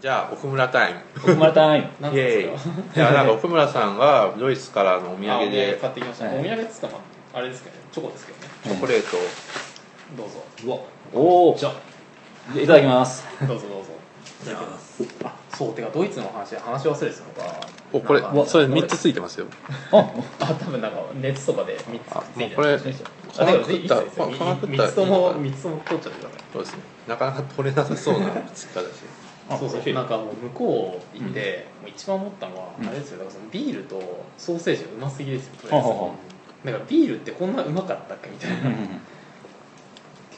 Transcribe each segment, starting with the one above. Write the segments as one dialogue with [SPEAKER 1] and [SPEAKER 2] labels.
[SPEAKER 1] じゃあ奥村タイム
[SPEAKER 2] 奥村タイム
[SPEAKER 3] なん
[SPEAKER 1] イ
[SPEAKER 3] で
[SPEAKER 1] エ
[SPEAKER 3] すか
[SPEAKER 1] ーイいや なんか奥村さんがドイツからのお土
[SPEAKER 3] あ
[SPEAKER 1] 産
[SPEAKER 3] お土産
[SPEAKER 1] で
[SPEAKER 3] 買ってきました、
[SPEAKER 2] はい
[SPEAKER 3] お土産っつったらまああれですけどねチョコですけどね
[SPEAKER 1] チョコレートを
[SPEAKER 3] どうぞ
[SPEAKER 2] うわおお
[SPEAKER 3] じゃ
[SPEAKER 2] いただきます
[SPEAKER 3] あどうぞど うぞいただきますあそうてかドイツの話話し忘れてたのか
[SPEAKER 1] おこれ
[SPEAKER 3] なんか
[SPEAKER 1] それ3つついてますよ
[SPEAKER 2] あ
[SPEAKER 3] あ多分なんか熱とかで3
[SPEAKER 1] あ
[SPEAKER 3] つつい
[SPEAKER 1] もう
[SPEAKER 3] て
[SPEAKER 1] これ
[SPEAKER 3] る
[SPEAKER 1] 皮
[SPEAKER 2] よい
[SPEAKER 1] 食
[SPEAKER 2] しょ
[SPEAKER 3] あでもいい
[SPEAKER 1] っ
[SPEAKER 3] です
[SPEAKER 1] た
[SPEAKER 3] よ
[SPEAKER 1] 皮食った
[SPEAKER 3] 3つとも3つとも取っちゃってください
[SPEAKER 1] そうですねなかなか取れなさそうなつき方ですね
[SPEAKER 3] そうそうなんかもう向こう行って、もう一番思ったのは、
[SPEAKER 2] うん
[SPEAKER 3] あれですよだからそのビールとソーセージがうますぎですよとりあ
[SPEAKER 2] は
[SPEAKER 3] えず
[SPEAKER 2] はは
[SPEAKER 3] だからビールってこんなうまかったっけみたいな、結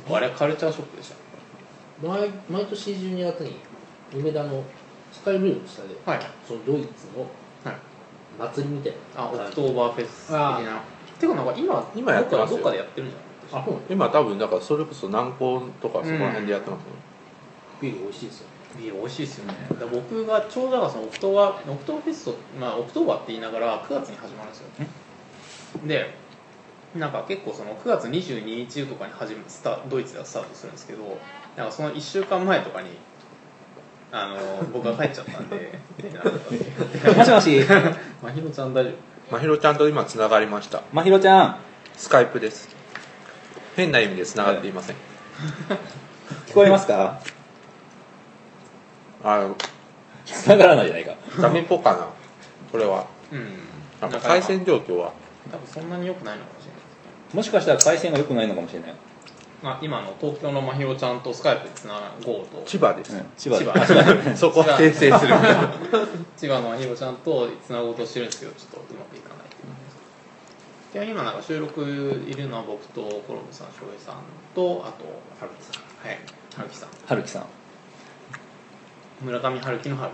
[SPEAKER 3] 構あれはカルチャーショックでした
[SPEAKER 4] 毎毎年12月に梅田のスカイブルーの下で
[SPEAKER 3] はい
[SPEAKER 4] そのドイツの
[SPEAKER 3] はい
[SPEAKER 4] 祭りみたいな
[SPEAKER 3] あオクトーバーフェス的
[SPEAKER 4] あ
[SPEAKER 3] なていうかなんか今
[SPEAKER 1] 今やってます
[SPEAKER 3] ど
[SPEAKER 1] よ
[SPEAKER 3] っかでやってるんじゃない
[SPEAKER 4] あそうなんだ
[SPEAKER 1] 今多分だからそれこそ南高とかそこら辺でやってますね、
[SPEAKER 4] ビール美味しいですよ
[SPEAKER 3] ビール美味しいですよねだから僕がちょうどだからそのオクトーバーオクトーバーフェストまあオクトーバーって言いながら9月に始まるんですよでなんか結構その9月22日とかに始めスタドイツではスタートするんですけどなんかその1週間前とかにあの僕が帰っちゃったん ででなんか
[SPEAKER 2] もしもし
[SPEAKER 3] まひろちゃん大丈夫
[SPEAKER 1] まひろちゃんと今つながりました
[SPEAKER 2] まひろちゃん
[SPEAKER 1] スカイプです変な意味でつながっていません、
[SPEAKER 2] 聞こえますか
[SPEAKER 1] あ
[SPEAKER 2] 繋がらないじゃないか
[SPEAKER 1] ダメっぽかなこれは
[SPEAKER 3] うん
[SPEAKER 1] なんか
[SPEAKER 3] なんか
[SPEAKER 1] 回線状況は
[SPEAKER 3] 多分そんなに良くないのかもしれない
[SPEAKER 2] もしかしたら回線が良くないのかもしれない
[SPEAKER 3] まあ、今の東京のまひろちゃんとスカイプでつながる GO と
[SPEAKER 1] 千葉です、
[SPEAKER 2] 千葉
[SPEAKER 3] 千
[SPEAKER 2] で
[SPEAKER 3] 葉千葉
[SPEAKER 1] そこは訂正するみたいな
[SPEAKER 3] 千葉のまひろちゃんとつなごうとしてるんですけどちょっとうまくいかないっていう感じですで今なんか収録いるのは僕とコロムさん翔平さんとあと春樹さんはい春樹さん
[SPEAKER 2] 春樹さん
[SPEAKER 3] 村上春樹の春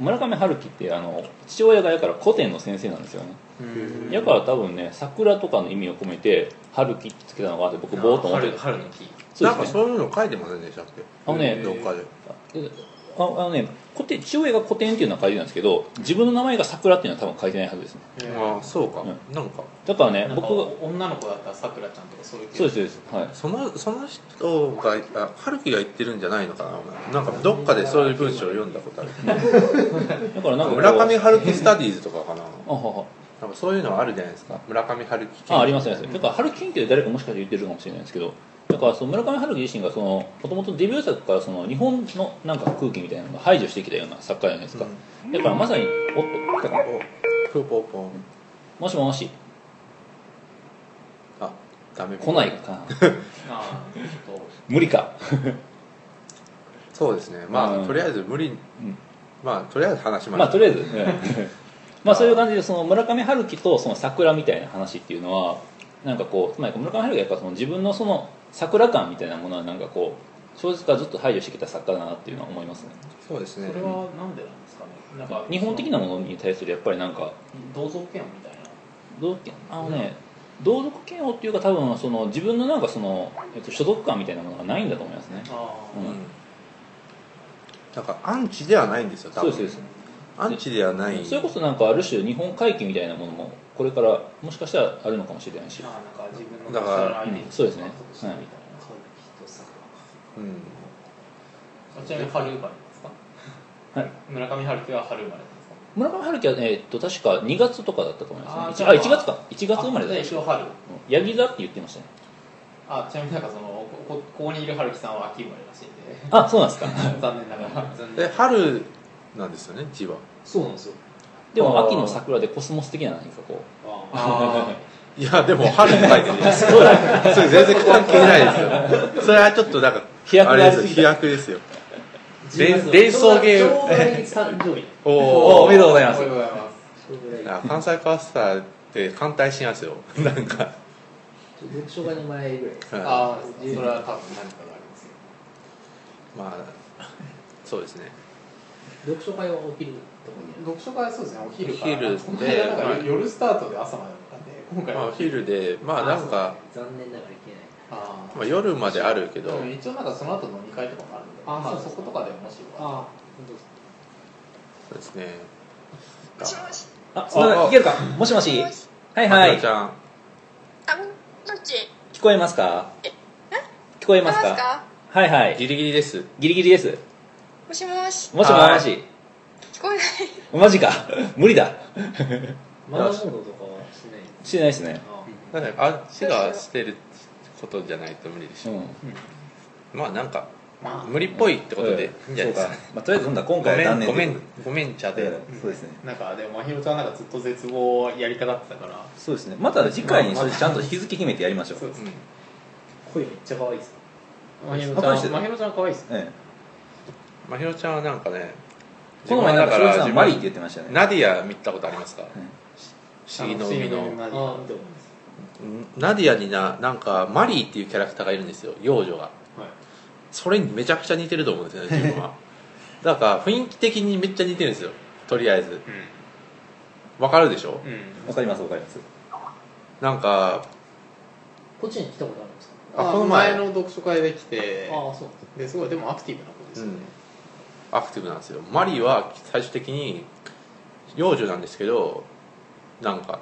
[SPEAKER 2] 村上春樹ってあの父親がやから古典の先生なんですよね
[SPEAKER 3] 樹うん
[SPEAKER 2] やから多分ね桜とかの意味を込めて春樹ってつけたのかなって僕ぼーっと思って
[SPEAKER 3] 春
[SPEAKER 2] た
[SPEAKER 3] 春の木
[SPEAKER 2] そう
[SPEAKER 1] なんか
[SPEAKER 2] ですね
[SPEAKER 1] そういうの書いてませんでしたっけ
[SPEAKER 2] あのね
[SPEAKER 1] どっかで
[SPEAKER 2] ああのね古典父親が古典っていうのは書いてたんですけど自分の名前が桜っていうのは多分書いてないはずですね
[SPEAKER 1] ああそうか、
[SPEAKER 2] うん
[SPEAKER 1] なんか
[SPEAKER 2] だからね
[SPEAKER 3] なんか
[SPEAKER 2] 僕が
[SPEAKER 3] 女の子だったらさくらちゃんとかそういう系
[SPEAKER 2] そうですそうですはい
[SPEAKER 1] そのその人があ春樹が言ってるんじゃないのかななんかどっかでそういう文章を読んだことある
[SPEAKER 2] だからなんかこう
[SPEAKER 1] 村上春樹スタディーズとかかな
[SPEAKER 2] あはは
[SPEAKER 1] なんかそういうのはあるじゃないですか村上春樹
[SPEAKER 2] あありますねだから春樹研究で誰かもしかして言ってるかもしれないですけどだからその村上春樹自身がもともとデビュー作からその日本のなんか空気みたいなのを排除してきたような作家じゃないですか、だからまさにおっと来たかな
[SPEAKER 1] おプーポーポン
[SPEAKER 2] もしもし
[SPEAKER 1] あダメ
[SPEAKER 2] 来ないか
[SPEAKER 3] ああちょっと
[SPEAKER 2] 無理か
[SPEAKER 1] そうですねまあ、
[SPEAKER 2] うん
[SPEAKER 1] とりあえず無理、
[SPEAKER 2] ん
[SPEAKER 1] まあとりあえず話しまし
[SPEAKER 2] まあと
[SPEAKER 1] ょう
[SPEAKER 2] りあえず、ええ まあそういう感じでその村上春樹とその桜みたいな話っていうのはなんかこうつまり村上春樹はやっぱその自分のその桜感みたいなものはなんかこう小説からずっと排除してきた作家だなっていうのは思いますね
[SPEAKER 1] そうですね
[SPEAKER 3] それはなんでなんですかねなんか
[SPEAKER 2] 日本的なものに対するやっぱりなんか
[SPEAKER 3] 同族嫌悪みたいな
[SPEAKER 2] 同族あのね同族嫌悪っていうか多分その自分のなんかその、えっと、所属感みたいなものがないんだと思いますね
[SPEAKER 3] あ
[SPEAKER 2] う
[SPEAKER 1] うんんなんかアンチではないんですよ多
[SPEAKER 2] そう
[SPEAKER 1] 分
[SPEAKER 2] ですそうです
[SPEAKER 1] アンチではない
[SPEAKER 2] それこそなんかある種日本回帰みたいなものもこれからもしかしたらあるのかもしれないし
[SPEAKER 3] ああなんか自分の
[SPEAKER 1] だから
[SPEAKER 3] アイデンティティ
[SPEAKER 2] うんそうですね
[SPEAKER 3] としてみたいな
[SPEAKER 4] 春樹と桜
[SPEAKER 1] うん
[SPEAKER 3] あちなみに春生まれですか
[SPEAKER 2] はい
[SPEAKER 3] 村上春樹は春生まれですか
[SPEAKER 2] 村上春樹は、えっと確か2月とかだったと思いますね
[SPEAKER 3] あ
[SPEAKER 2] あ
[SPEAKER 3] ー
[SPEAKER 2] 1月か1月生まれだ
[SPEAKER 3] あじゃ
[SPEAKER 2] っ
[SPEAKER 3] あ一応春
[SPEAKER 2] たヤギ座って言ってましたね
[SPEAKER 3] あちなみになんかそのここここにいる春樹さんは秋生まれらしいん で
[SPEAKER 2] あそうなんですか
[SPEAKER 3] 残念ながら残
[SPEAKER 1] で
[SPEAKER 3] 念
[SPEAKER 1] 春なんですよね千葉
[SPEAKER 4] そうなんですよ
[SPEAKER 2] でも秋の桜でコスモス的な何かこう
[SPEAKER 3] あ
[SPEAKER 1] いやでも春って書いてるそうだそれ全然関係ないですよそれはちょっとなんか
[SPEAKER 2] 飛躍
[SPEAKER 1] あ
[SPEAKER 2] が
[SPEAKER 1] れ
[SPEAKER 2] あり
[SPEAKER 1] ですす
[SPEAKER 2] ぎ
[SPEAKER 1] よ
[SPEAKER 2] た
[SPEAKER 1] 飛躍ですよ連
[SPEAKER 4] 10月
[SPEAKER 1] 連想ゲ ーム
[SPEAKER 4] ちょうど来月誕生日
[SPEAKER 1] お
[SPEAKER 2] お
[SPEAKER 1] お
[SPEAKER 2] めでとうござい
[SPEAKER 3] あ
[SPEAKER 2] ま
[SPEAKER 3] お
[SPEAKER 2] す
[SPEAKER 3] めでとうございます
[SPEAKER 4] ちょうど来月
[SPEAKER 1] あ関西カースターって反対しますよ なんか
[SPEAKER 4] 読書が2枚ぐらいです
[SPEAKER 1] はい
[SPEAKER 3] ああそれは多分何かがありますよ
[SPEAKER 1] まあそうですね
[SPEAKER 4] 読書会は起きるとこに
[SPEAKER 3] 読書会はそうですねお昼から
[SPEAKER 1] お昼で
[SPEAKER 3] この間なんか夜夜スタートで朝までだったんで今回
[SPEAKER 1] まあ
[SPEAKER 3] は
[SPEAKER 1] お昼でまあなんか
[SPEAKER 4] 残念ながら行けない
[SPEAKER 3] あー
[SPEAKER 1] まあ夜まであるけど
[SPEAKER 3] でも一応なんかその後飲み会とかもあるんで
[SPEAKER 4] あ
[SPEAKER 3] まあ
[SPEAKER 4] そう
[SPEAKER 3] そことかでもしよかっ
[SPEAKER 4] あ本当です
[SPEAKER 1] そうですね
[SPEAKER 5] もしもし。
[SPEAKER 2] あ
[SPEAKER 1] すいませんいけ
[SPEAKER 2] るかもしもしはい
[SPEAKER 1] ま
[SPEAKER 2] は
[SPEAKER 1] ひろ
[SPEAKER 2] い
[SPEAKER 1] ちゃん
[SPEAKER 5] あ、どっち。
[SPEAKER 2] 聞こえますか聞こえ
[SPEAKER 5] 出
[SPEAKER 2] ます
[SPEAKER 5] ます
[SPEAKER 2] か
[SPEAKER 5] か。
[SPEAKER 2] はいはい
[SPEAKER 1] ギリギリです
[SPEAKER 2] ギリギリです
[SPEAKER 5] うもしもし。
[SPEAKER 2] もしも
[SPEAKER 1] は
[SPEAKER 2] し
[SPEAKER 5] 聞こえない。
[SPEAKER 2] マジか無理だ
[SPEAKER 4] マナーモードとかはしないんです
[SPEAKER 2] してないですね
[SPEAKER 4] か
[SPEAKER 1] だからあっちがしてることじゃないと無理でし
[SPEAKER 2] う
[SPEAKER 1] ょ、
[SPEAKER 2] ん
[SPEAKER 1] まあなんか
[SPEAKER 3] ま
[SPEAKER 1] 無理っぽいってことでいいんじゃないですか、
[SPEAKER 2] そうまあ、とりあえずほんだら今
[SPEAKER 1] ご
[SPEAKER 2] 回は
[SPEAKER 1] めん
[SPEAKER 2] 断念
[SPEAKER 1] ごめんごめんちゃで、
[SPEAKER 2] うんそうですね
[SPEAKER 3] あなんかでもまひろちゃんなんかずっと絶望をやりたがってたから
[SPEAKER 2] そうですねまた次回にそれちゃんと日付決めてやりましょう、
[SPEAKER 3] そう
[SPEAKER 1] うん
[SPEAKER 4] 声めっちゃ可愛いです
[SPEAKER 3] まひろ
[SPEAKER 2] あ大し
[SPEAKER 3] ちゃ
[SPEAKER 2] て
[SPEAKER 3] んまひろちゃん可愛いっすね
[SPEAKER 2] え
[SPEAKER 1] まひろちゃんはなんかね
[SPEAKER 2] え、この前なんか
[SPEAKER 1] 自分
[SPEAKER 2] そい
[SPEAKER 1] は
[SPEAKER 2] つ
[SPEAKER 1] だ
[SPEAKER 2] さ
[SPEAKER 1] ら
[SPEAKER 2] んマリーって言ってました
[SPEAKER 1] 自分
[SPEAKER 2] よね
[SPEAKER 1] ナディア見たことありますか不思議の海
[SPEAKER 3] あ不思議
[SPEAKER 1] の
[SPEAKER 3] 海
[SPEAKER 4] ああ見たことないです
[SPEAKER 1] ナディアにななんかマリーっていうキャラクターがいるんですよ幼女が
[SPEAKER 3] はい
[SPEAKER 1] それにめちゃくちゃ似てると思うんですよ ね自分はだから雰囲気的にめっちゃ似てるんですよとりあえずわかるでしょ
[SPEAKER 3] うんうん
[SPEAKER 2] わかりますわかります
[SPEAKER 1] なんか
[SPEAKER 4] こっちに来たことあるんですか
[SPEAKER 1] あこ
[SPEAKER 3] あこ
[SPEAKER 1] の
[SPEAKER 3] の
[SPEAKER 1] 前
[SPEAKER 3] 前の読書会で来て
[SPEAKER 4] ああそうなんです
[SPEAKER 3] ですごいでもアクティブな子です
[SPEAKER 1] う
[SPEAKER 3] よね
[SPEAKER 1] ん、アクティブなんですよマリーは最終的に幼女なんですけどなんか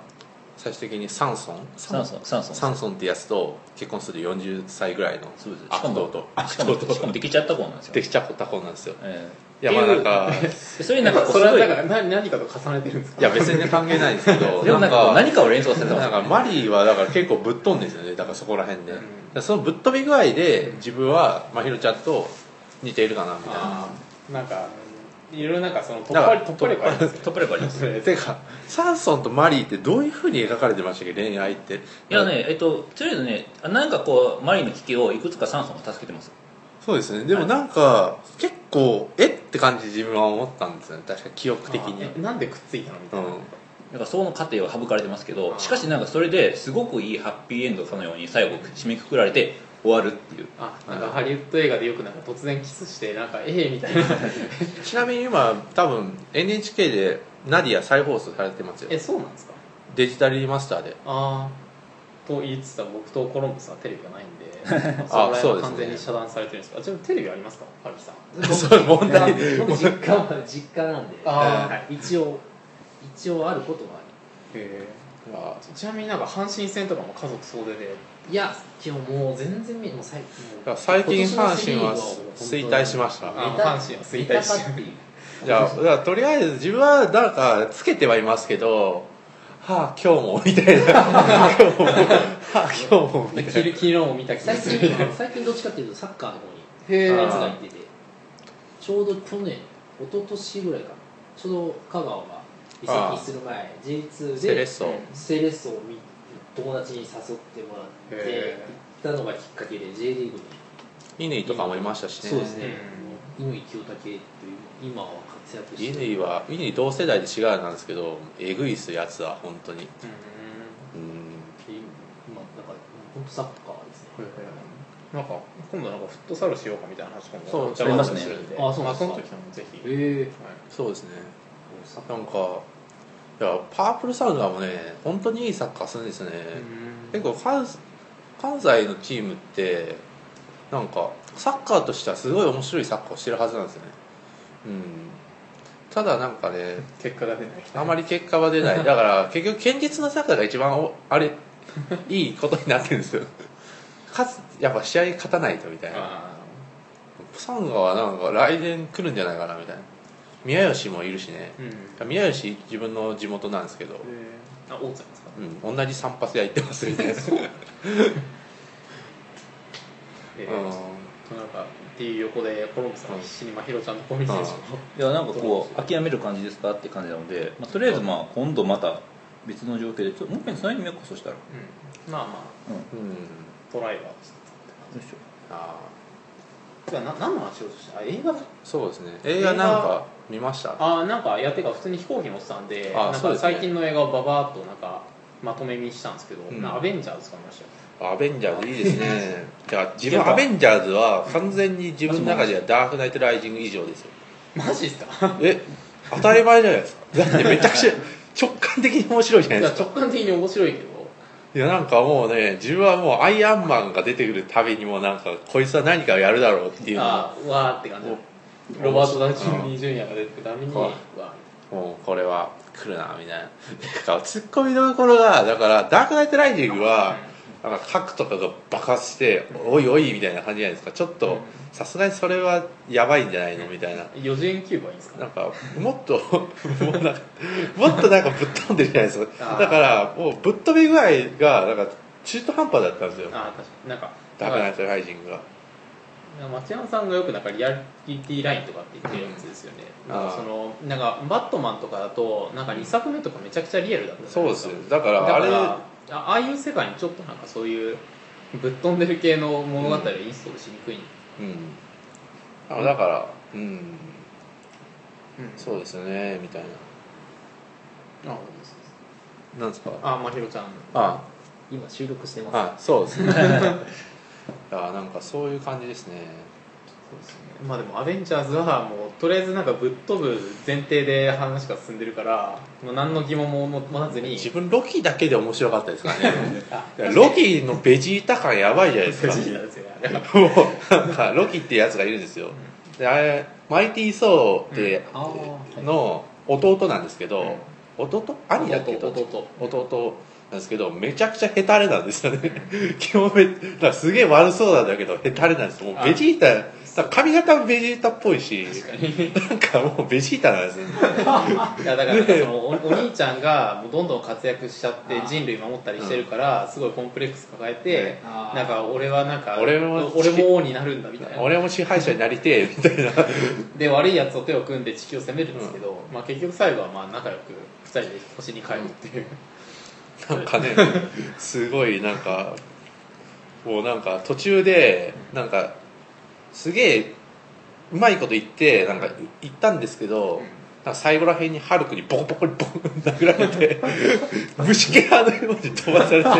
[SPEAKER 1] 最終的にサンソン
[SPEAKER 2] 酸素酸素
[SPEAKER 1] サンソンってやつと結婚する40歳ぐらいの
[SPEAKER 2] そうです
[SPEAKER 1] 悪党と
[SPEAKER 2] しかも
[SPEAKER 1] 悪党
[SPEAKER 2] しかもできちゃった子なんですよ
[SPEAKER 1] できちゃった子なんですよ
[SPEAKER 2] え
[SPEAKER 1] いやまあなん か
[SPEAKER 2] えでそれ
[SPEAKER 3] な
[SPEAKER 2] なんんか
[SPEAKER 3] かこ
[SPEAKER 2] こ
[SPEAKER 3] う
[SPEAKER 2] う
[SPEAKER 3] そ
[SPEAKER 2] す
[SPEAKER 3] れ
[SPEAKER 2] ご
[SPEAKER 3] はいだから何何かと重ねてるんですか
[SPEAKER 1] いや別に関係ないですけど
[SPEAKER 2] でもなんかこう何かを連想されてま
[SPEAKER 1] な
[SPEAKER 2] す
[SPEAKER 1] んかマリーはだから結構ぶっ飛んでるんですよねだからそこら辺で、
[SPEAKER 3] うん
[SPEAKER 1] だからそのぶっ飛び具合で自分はまひろちゃんと似ているかなみたいな
[SPEAKER 3] あーなんかいろいろなんかその突
[SPEAKER 1] だか
[SPEAKER 3] 破
[SPEAKER 1] ら
[SPEAKER 3] 突破力ありますよね
[SPEAKER 2] トップレベルあります
[SPEAKER 3] それ
[SPEAKER 1] てかサンソンとマリーってどういうふうに描かれてましたっけ恋愛って
[SPEAKER 2] いやねえっととりあえずねあなんかこうマリーの危機をいくつか酸素が助けてます
[SPEAKER 1] そうですねでもなんか、結構えって感じ自分は思ったんですよね確か記憶的に
[SPEAKER 3] あえなんでくっついたのみた
[SPEAKER 1] う
[SPEAKER 3] いな、
[SPEAKER 1] ん
[SPEAKER 2] だからその過程は省かれてますけ
[SPEAKER 3] あ
[SPEAKER 2] ど
[SPEAKER 3] ー
[SPEAKER 2] しかしなんかそれですごくいいハッピーエンドかのように最後締めくくられて終わるっていう
[SPEAKER 3] あなんかハリウッド映画でよくなんか突然キスしてなんかええみたいな
[SPEAKER 1] ちなみに今多分 NHK でナディア再放送されてますよ
[SPEAKER 3] えそうなんですか
[SPEAKER 1] デジタルリマスターで
[SPEAKER 3] ああと言いつつ僕とコロンブスはテレビがないんで
[SPEAKER 1] あ
[SPEAKER 3] そ
[SPEAKER 1] そうですね
[SPEAKER 3] れは完全に遮断されてるんですかあちなみにテレビありますかハルキさん
[SPEAKER 1] それ問題
[SPEAKER 4] いや僕実家は実家なんで
[SPEAKER 3] あ
[SPEAKER 1] ー
[SPEAKER 4] はい一応一応あることはある
[SPEAKER 3] へ
[SPEAKER 1] ま
[SPEAKER 3] えちなみになんか阪神戦とかも家族総出で
[SPEAKER 4] いや基本もう全然見もう最
[SPEAKER 1] あ
[SPEAKER 4] もう
[SPEAKER 1] 最近
[SPEAKER 4] 今
[SPEAKER 1] 阪
[SPEAKER 4] 年
[SPEAKER 1] 神
[SPEAKER 4] の
[SPEAKER 1] は
[SPEAKER 4] セリ
[SPEAKER 1] 衰
[SPEAKER 4] ーグは
[SPEAKER 1] 退しました
[SPEAKER 3] あ
[SPEAKER 4] ネタ
[SPEAKER 3] 阪神は衰退し
[SPEAKER 4] ネタかっていう
[SPEAKER 1] じゃあだからとりあえず自分はなんかつけてはいますけどはあ今日もみたいな今日もはあ今日もみた
[SPEAKER 3] 昨
[SPEAKER 1] いな
[SPEAKER 3] 日昨日も見た気が
[SPEAKER 4] 最
[SPEAKER 3] する
[SPEAKER 4] 近は最近どっちかっていうとサッカーの方に
[SPEAKER 3] へえ
[SPEAKER 4] 熱
[SPEAKER 1] あ
[SPEAKER 4] がいっててちょうど去年一昨年ぐらいかなちょうど香川が移籍する前 J2
[SPEAKER 1] セレッ
[SPEAKER 4] で
[SPEAKER 1] ソ
[SPEAKER 4] セレッソを見友達に誘ってもらって
[SPEAKER 3] へ
[SPEAKER 4] 行ったのがきっかけで J リーグ
[SPEAKER 1] 乾
[SPEAKER 4] に
[SPEAKER 1] とかもいましたしね
[SPEAKER 4] そうですね乾清武という今は活躍してる
[SPEAKER 1] 乾は乾同世代で違うなんですけどえぐいっすやつは本当にうん
[SPEAKER 4] 今なんか本当サッカーですね
[SPEAKER 3] なんか今度なんかフットサルしようかみたいな話今度
[SPEAKER 1] そう
[SPEAKER 3] ちゃんと
[SPEAKER 2] ありますね
[SPEAKER 3] するんで
[SPEAKER 4] あそうなんですか
[SPEAKER 3] の時もぜひ、
[SPEAKER 4] ええ
[SPEAKER 3] はい
[SPEAKER 1] そうですね
[SPEAKER 4] サッカ
[SPEAKER 1] な
[SPEAKER 4] ー
[SPEAKER 1] んかいやパープルサウナもね本当にいいサッカーするんですね、結構関関西のチームってなんかサッカーとしてはすごい面白いサッカーをしてるはずなんですよねうんただなんかね
[SPEAKER 3] 結果が出ない
[SPEAKER 1] あまり結果は出ないだから 結局堅実なサッカーが一番おあれいいことになってるんですよ勝つやっぱ試合勝たないとみたいな
[SPEAKER 3] あ
[SPEAKER 1] サンガはなんか来年来るんじゃないかなみたいな宮吉もいるしね
[SPEAKER 3] ーうん
[SPEAKER 1] 宮吉自分の地元なんですけど、
[SPEAKER 3] あ大津ですか
[SPEAKER 1] うん、同じ散髪屋行ってますみたいな
[SPEAKER 3] え
[SPEAKER 1] うん
[SPEAKER 3] ーなんかっていう横でコロンブさんは必死にまひろちゃんのコミュニケーションを
[SPEAKER 2] いやなんかこう諦める感じですかって感じなので、まあ、とりあえずまあ今度また別の状況でちょっともう一回繋いでみようかそしたら、
[SPEAKER 3] うんまあま
[SPEAKER 2] うん、よ
[SPEAKER 1] うん
[SPEAKER 3] あトライはし
[SPEAKER 2] いしょ
[SPEAKER 1] あ
[SPEAKER 3] てかな何の話をしてたあ映画だ
[SPEAKER 1] あそうですね映画なんか見ましたあ
[SPEAKER 3] あなんかいやてか普通に飛行機乗ってたんで
[SPEAKER 1] あ
[SPEAKER 3] なん
[SPEAKER 1] そう
[SPEAKER 3] か
[SPEAKER 1] ですね
[SPEAKER 3] 最近の映画をババーっとなんかまとめ見したんですけど、
[SPEAKER 1] ん
[SPEAKER 3] なアベンジャーズか見ましたよ
[SPEAKER 1] アベンジャーズいいです ねいや自
[SPEAKER 2] や
[SPEAKER 1] 分
[SPEAKER 2] っぱ
[SPEAKER 1] アベンジャーズは完全に自分の中ではダークナイトライジング以上ですよ
[SPEAKER 3] マジっすか
[SPEAKER 1] え当たり前じゃないですかだってめちゃくちゃ直感的に面白いじゃないいで
[SPEAKER 3] や
[SPEAKER 1] すか
[SPEAKER 3] 直感的に面白いけど
[SPEAKER 1] いやなんかもうね自分はもうアイアンマンが出てくるたびにもうなんかこいつは何かをやるだろうっていうの
[SPEAKER 3] あうわーって感じロバート・ダウニー・ジュニアが出てくるために、う
[SPEAKER 1] うん
[SPEAKER 3] わ
[SPEAKER 1] もうこれは来るなみたいななんかツッコミどころがだからダークナイトライジングはなんか核とかが爆発して「おいおい」みたいな感じじゃないですかちょっとさすがにそれはやばいんじゃないのみたいな
[SPEAKER 3] 4次元キューブはいいんです
[SPEAKER 1] な
[SPEAKER 3] か
[SPEAKER 1] んかもっともうなんかもっとなんかぶっ飛んでるじゃないですか
[SPEAKER 3] あー
[SPEAKER 1] だからもうぶっ飛び具合がなんか中途半端だったんですよ
[SPEAKER 3] ああ確かになんか
[SPEAKER 1] ダークナイトライジングが
[SPEAKER 3] 松山さんがよくなんかリアリティラインとかって言ってるやつですよね、
[SPEAKER 1] うん
[SPEAKER 3] なんかそのなんかバットマンとかだとなんか2作目とかめちゃくちゃリアルだったじゃ
[SPEAKER 1] そう
[SPEAKER 3] ない
[SPEAKER 1] です
[SPEAKER 3] か
[SPEAKER 1] よだか
[SPEAKER 3] だから
[SPEAKER 1] あれ
[SPEAKER 3] らあああいう世界にちょっとなんかそういうぶっ飛んでる系の物語をインストールしにくい、
[SPEAKER 1] うんあだからうん
[SPEAKER 3] うん
[SPEAKER 1] そうですよねみたい
[SPEAKER 3] あ
[SPEAKER 1] ななんですか
[SPEAKER 3] あまひろちゃん
[SPEAKER 1] あ
[SPEAKER 4] 今収録してます
[SPEAKER 1] あそう ですねあなんかそういう感じですね
[SPEAKER 3] そうですねまあでも「アベンジャーズ」はもうとりあえずなんかぶっ飛ぶ前提で話が進んでるからもう何の疑問も持たずに
[SPEAKER 1] 自分ロキだけで面白かったですからね
[SPEAKER 3] あ
[SPEAKER 1] いやロキのベジータ感やばいじゃないです
[SPEAKER 3] ベ
[SPEAKER 1] か
[SPEAKER 3] ジータですよねあれは
[SPEAKER 1] もうなんかロキってやつがいるんですよであれマイティー・ソーって
[SPEAKER 4] あー
[SPEAKER 1] の弟なんですけど、
[SPEAKER 3] うん
[SPEAKER 1] 弟兄だっけ
[SPEAKER 3] 弟弟
[SPEAKER 1] 弟なんですけどめちゃくちゃヘタレなんですよね 基本めだからすげえ悪そうなんだけどヘタレなんですもうベジータだから髪型もベジータっぽいしなんかもうベジータなんですよね
[SPEAKER 3] いやだからなんかそのおお兄ちゃんがもうどんどん活躍しちゃって人類守ったりしてるからすごいコンプレックス抱えて
[SPEAKER 1] ね
[SPEAKER 4] あー
[SPEAKER 3] なんか俺はなんか
[SPEAKER 1] 俺も
[SPEAKER 3] 俺も王になるんだみたいな
[SPEAKER 1] 俺も支配者になりてえみたいな
[SPEAKER 3] で悪いやつと手を組んで地球を攻めるんですけど、まあ、結局最後はまあ仲良く2人で星に帰るっていう、
[SPEAKER 1] なんかねすごいなんかもうなんか途中でなんかすげえうまいこと言ってなんか言ったんですけど、なんか最後らへんにハルクにボコボコにボコン殴られて虫けらのように飛ばされて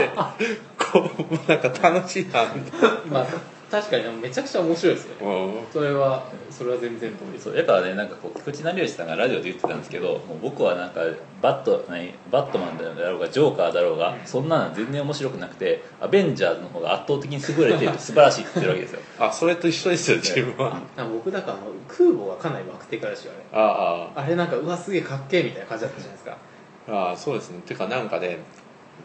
[SPEAKER 1] こうもうなんか楽しいなみたいな
[SPEAKER 3] まあ確かにでもめちゃくちゃ面白いですよね
[SPEAKER 1] も
[SPEAKER 3] それはそれは全然と思います
[SPEAKER 2] そうやっぱねなんかこう菊池成吉さんがラジオで言ってたんですけどもう僕はなんかバット何バットマンだろうがジョーカーだろうがそんなの全然面白くなくてアベンジャーズの方が圧倒的に優れて て素晴らしいって言ってるわけですよ
[SPEAKER 1] うあそれと一緒ですよ自分は、
[SPEAKER 3] なんか僕だからあの空母がかなり枠的だしあれ
[SPEAKER 1] あ
[SPEAKER 3] あれなんかうわすげえかっけえみたいな感じだったじゃないですか
[SPEAKER 1] あああそうですねてかなんかね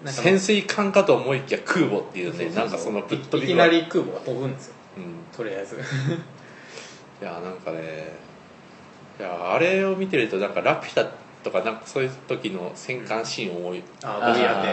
[SPEAKER 3] なんか
[SPEAKER 1] 潜水艦かと思いきや空母っていうねなんかそのぶっ飛
[SPEAKER 3] い
[SPEAKER 1] び
[SPEAKER 3] き
[SPEAKER 1] 具合
[SPEAKER 3] なり空母が飛ぶんですよ
[SPEAKER 1] うん
[SPEAKER 3] とりあえず
[SPEAKER 1] いやなんかねいやあれを見てるとなんか「ラピュタ」とかなんかそういう時の戦艦シーンを思い、
[SPEAKER 3] ああゴリラで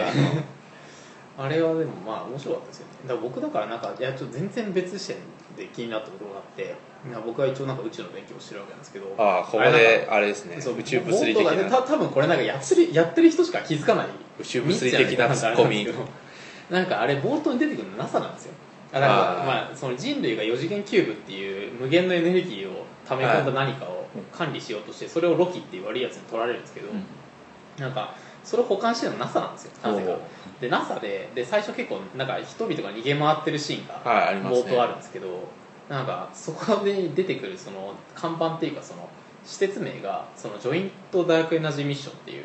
[SPEAKER 2] あ
[SPEAKER 3] あれはでもまあ面白かったですよねだから僕だからなんかいやちょっと全然別視点で気になったことがあってなんか僕は一応なんか宇宙の勉強をしてるわけなんですけど
[SPEAKER 1] ああここ
[SPEAKER 3] あれなん
[SPEAKER 1] で
[SPEAKER 3] か
[SPEAKER 1] あれですね
[SPEAKER 3] そう
[SPEAKER 1] 宇宙物理的
[SPEAKER 3] ボートがね
[SPEAKER 1] な
[SPEAKER 3] た多分これなんかやってるやってる人しか気づかない
[SPEAKER 1] 宇宙物理的なツッコミ
[SPEAKER 3] ミスじゃないか ななんかあれ冒頭に出てくるの NASA なんですよあだから
[SPEAKER 1] あー
[SPEAKER 3] まあ、その人類が4次元キューブっていう無限のエネルギーを溜め込んだ何かを管理しようとしてそれをロキっていう悪いやつに取られるんですけど、なんかそれを保管してるの NASA なんですよなぜか
[SPEAKER 2] おう
[SPEAKER 3] で NASA でで最初結構なんか人々が逃げ回ってるシーンが
[SPEAKER 1] はいあります
[SPEAKER 3] 冒
[SPEAKER 1] ね
[SPEAKER 3] 頭あるんですけど、なんかそこで出てくるその看板っていうかその施設名がそのジョイントダークエナジーミッションっていう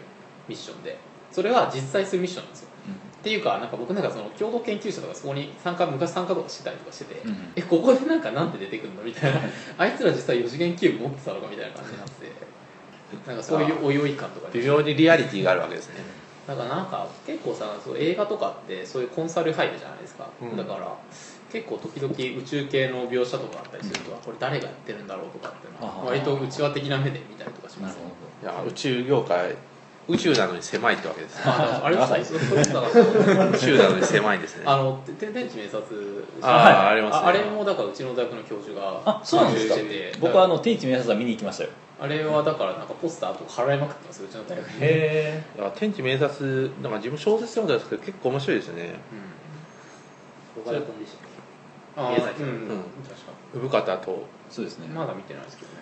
[SPEAKER 3] ミッションでそれは実際するミッションなんですよ、
[SPEAKER 2] うん
[SPEAKER 3] っていうかなんか僕なんかその共同研究者とかそこに参加昔参加とかしてたりとかしてて、
[SPEAKER 2] うん
[SPEAKER 3] えここでなんかなんて出てくるのみたいなあいつら実際4次元キューブ持ってたのかみたいな感じになってなんかそういうおいおい感とかで
[SPEAKER 1] 微妙にリアリティがあるわけですね
[SPEAKER 3] だからなんか結構さそう映画とかってそういうコンサル入るじゃないですか、
[SPEAKER 1] うん
[SPEAKER 3] だから結構時々宇宙系の描写とかあったりすると、これ誰がやってるんだろうとかっていうのは
[SPEAKER 2] あー
[SPEAKER 3] 割と内輪的な目で見たりとかしますよね
[SPEAKER 1] いや宇宙業界宇宙なのに狭いってわけです ね
[SPEAKER 3] ああれ
[SPEAKER 2] ま
[SPEAKER 3] そ
[SPEAKER 2] さ
[SPEAKER 3] う
[SPEAKER 2] に
[SPEAKER 3] そうそうだか らそう
[SPEAKER 1] 宇宙なのに狭いんですね
[SPEAKER 3] あのて天地明察
[SPEAKER 1] あーありますね
[SPEAKER 3] あれもだからうちの大学の教授が
[SPEAKER 2] あそうなんですか
[SPEAKER 3] 監修してて
[SPEAKER 2] 僕はあの天地明察は見に行きましたよ
[SPEAKER 3] あれはだからなんかポスターとか払いまくってますようちの大学に
[SPEAKER 2] へ
[SPEAKER 1] いや天地明察なんか自分小説読んだんですけど結構面白いですね
[SPEAKER 4] 岡田君でしたっ
[SPEAKER 3] うんあ
[SPEAKER 4] 宮崎
[SPEAKER 3] ー
[SPEAKER 4] さ
[SPEAKER 3] うんん、
[SPEAKER 1] うん
[SPEAKER 3] 確か
[SPEAKER 1] 生方と
[SPEAKER 2] そうですね
[SPEAKER 3] まだ見てないですけどね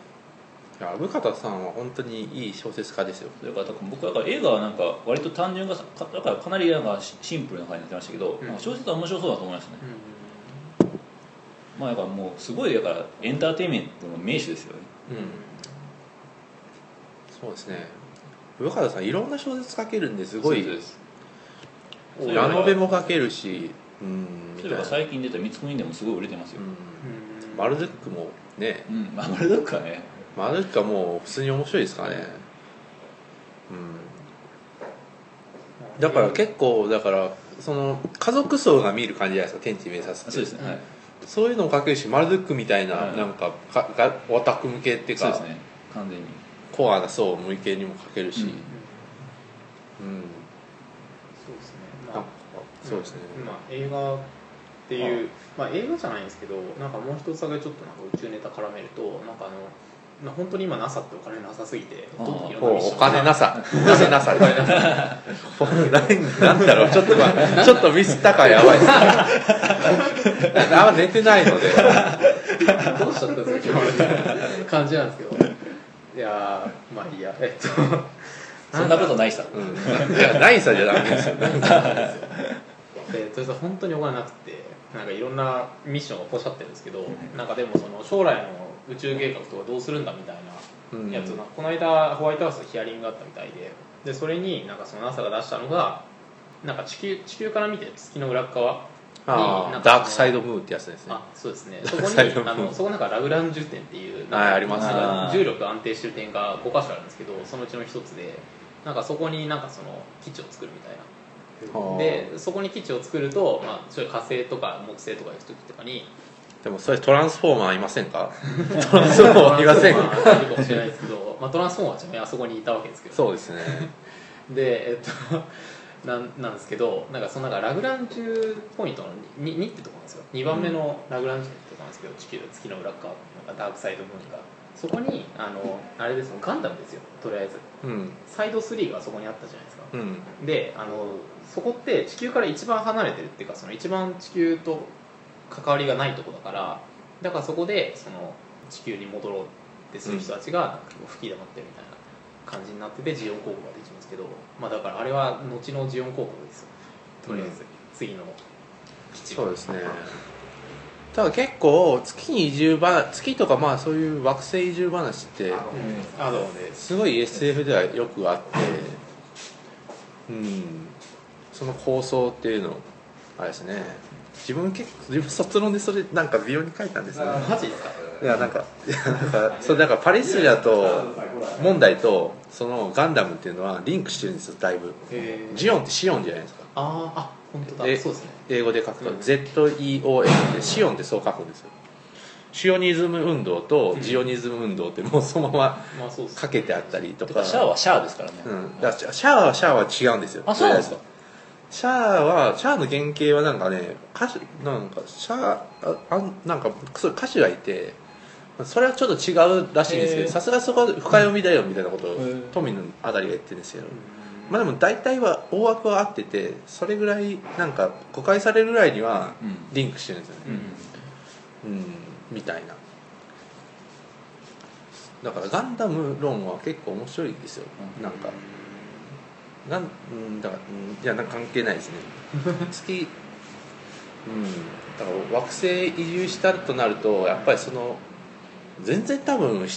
[SPEAKER 1] いや生方さんは本当にいい小説家ですよ
[SPEAKER 2] だから僕はだから映画はなんか割と単純がかだからかなりなんかシンプルな感じになってましたけど、
[SPEAKER 3] うん
[SPEAKER 2] なんか小説は面白そうだと思いましたね、
[SPEAKER 3] う
[SPEAKER 2] まあだからもうすごいだからエンターテインメントの名手ですよね
[SPEAKER 1] うんそうですね上原さんいろんな小説書けるんですごい
[SPEAKER 2] そうです
[SPEAKER 1] そうラノベも書けるしうんみ
[SPEAKER 2] そ
[SPEAKER 1] たい
[SPEAKER 2] うい
[SPEAKER 1] な
[SPEAKER 2] えば最近出た「三つ国」でもすごい売れてます
[SPEAKER 1] う
[SPEAKER 2] よ、
[SPEAKER 1] ん
[SPEAKER 3] んうん
[SPEAKER 1] マルドックもね
[SPEAKER 2] うんまあ、あれだからね
[SPEAKER 1] マルドックはもう普通に面白いですからねうんだから結構だからその家族層が見る感じじゃないですか天地名察って
[SPEAKER 2] そうですね、はい
[SPEAKER 1] そういうのも書けるしマルドックみたいな、
[SPEAKER 2] はい
[SPEAKER 1] なんかかがオタク向けっていう
[SPEAKER 2] そう
[SPEAKER 1] か
[SPEAKER 2] ですね完全に
[SPEAKER 1] コアな層向けにも書けるし、
[SPEAKER 2] う
[SPEAKER 1] うんん
[SPEAKER 3] そうですね、
[SPEAKER 1] なん
[SPEAKER 3] ま
[SPEAKER 1] か
[SPEAKER 3] あ、
[SPEAKER 1] そうですね、
[SPEAKER 3] まあ、映画っていうまあ、映画じゃないんですけどなんかもう一つだけちょっとなんか宇宙ネタ絡めるとなんかあのまあ本当に今 NASA ってお金なさすぎて
[SPEAKER 2] あー
[SPEAKER 3] どんどんいろんな
[SPEAKER 1] こ
[SPEAKER 3] ミ
[SPEAKER 1] う
[SPEAKER 3] ッシ
[SPEAKER 1] お
[SPEAKER 3] ョンが
[SPEAKER 1] 金なさ、お金なさ、お金なさ、なんだろう、ちょっとまあ、ちょっとミスったかや ばいです。あんま寝てないので、
[SPEAKER 3] どうしちゃったんですか今日感じなんですけどいやーまあいいやえっと
[SPEAKER 2] そんなことないさ
[SPEAKER 1] うん、いや、ないさじゃダメですよ。
[SPEAKER 3] でとりあえず本当にお金なくてなんかいろんなミッションがポシャってるんですけど、なんかでもその将来の宇宙計画とかどうするんだみたい
[SPEAKER 1] うん
[SPEAKER 3] なやつが、この間ホワイトハウスでヒアリングがあったみたいででそれになんかその NASA が出したのがなんか地球地球から見て月の裏っ側
[SPEAKER 1] あ
[SPEAKER 3] な
[SPEAKER 1] あ
[SPEAKER 3] んか
[SPEAKER 1] ダークサイドムーンってやつですね。
[SPEAKER 3] あそうで すね
[SPEAKER 1] ダ
[SPEAKER 3] そ
[SPEAKER 1] ー
[SPEAKER 3] こ
[SPEAKER 1] クサイド
[SPEAKER 3] にあのそこなんかラグランジュ点っていう
[SPEAKER 1] はいあります
[SPEAKER 2] ね
[SPEAKER 3] なんか重力安定してる点が5箇所あるんですけどそのうちの一つでなんかそこになんかその基地を作るみたいな
[SPEAKER 1] はあ
[SPEAKER 3] でそこに基地を作ると、まあ、そういう火星とか木星とかいう時とかに
[SPEAKER 1] でもそれトランスフォーマーいませんかトランスフォーマーいません
[SPEAKER 3] ま
[SPEAKER 1] か
[SPEAKER 3] あいるかもしれないですけど、まあ、トランスフォーマーじゃねあそこにいたわけですけど
[SPEAKER 1] そうですね。
[SPEAKER 3] でえっとなんなんですけどなんかそのなんかラグランジュポイントの 2, 2ってとこなんですよ2番目のラグランジュってとこなんですけど地球の月の裏側なんかダークサイドムーンがそこにあのあれですよガンダムですよとりあえず
[SPEAKER 1] うん、
[SPEAKER 3] サイド3がそこにあったじゃないですか
[SPEAKER 1] うん、
[SPEAKER 3] であのそこって地球から一番離れてるっていうかその一番地球と関わりがないとこだからだからそこでその地球に戻ろうってする人たちがなんか吹き溜まってるみたいな感じになっててジオン広告ができますけど、まあ、だからあれは後のジオン広告ですよとりあえず、
[SPEAKER 1] う
[SPEAKER 3] 次の基地は
[SPEAKER 1] そうですね。ただ結構月に移住話、月とかまあそういう惑星移住話って。
[SPEAKER 3] うんあのね
[SPEAKER 1] すごい SF ではよくあってうんその構想っていうのあれですね自分結構自分卒論でそれなんか美容に書いたんですよね
[SPEAKER 3] マジですか
[SPEAKER 1] いやなんかいやなんかそうだからパレスチナと問題とそのガンダムっていうのはリンクしてるんですよだいぶ
[SPEAKER 3] えー、
[SPEAKER 1] ジオンってシオンじゃないですか
[SPEAKER 3] あーあ本当だ
[SPEAKER 1] え
[SPEAKER 3] そうですね
[SPEAKER 1] 英語で書くと、
[SPEAKER 3] うん
[SPEAKER 1] ZEON でシオンってそう書くんですよシオニズム運動とジオニズム運動ってもうそのまま
[SPEAKER 3] まあそうです
[SPEAKER 1] かけてあったりと
[SPEAKER 2] て
[SPEAKER 1] か
[SPEAKER 2] かシャアはシャアですからね、
[SPEAKER 1] うん、だからシャアはシャアは違うんですよ
[SPEAKER 2] あそうなんですか
[SPEAKER 1] シャアはシャアの原型はなんかね歌手なんかシャアああんなんかそう歌手がいてそれはちょっと違うらしいんですけ
[SPEAKER 2] へ
[SPEAKER 1] ど
[SPEAKER 2] ー
[SPEAKER 1] さすがそこは深読みだよみたいなことを
[SPEAKER 2] ー
[SPEAKER 1] 富のあたりが言ってるんですけど
[SPEAKER 3] うん
[SPEAKER 1] まあでも大体は大枠は合っててそれぐらいなんか誤解されるぐらいには
[SPEAKER 2] うん
[SPEAKER 1] リンクしてるんですよね、
[SPEAKER 3] うん
[SPEAKER 1] うん、みたいなだからガンダム論は結構面白いですよ、
[SPEAKER 2] うん
[SPEAKER 1] なんかなんうんだからうんいやなんか関係ない ですね月うんだから惑星移住したとなるとやっぱりその全然多分違う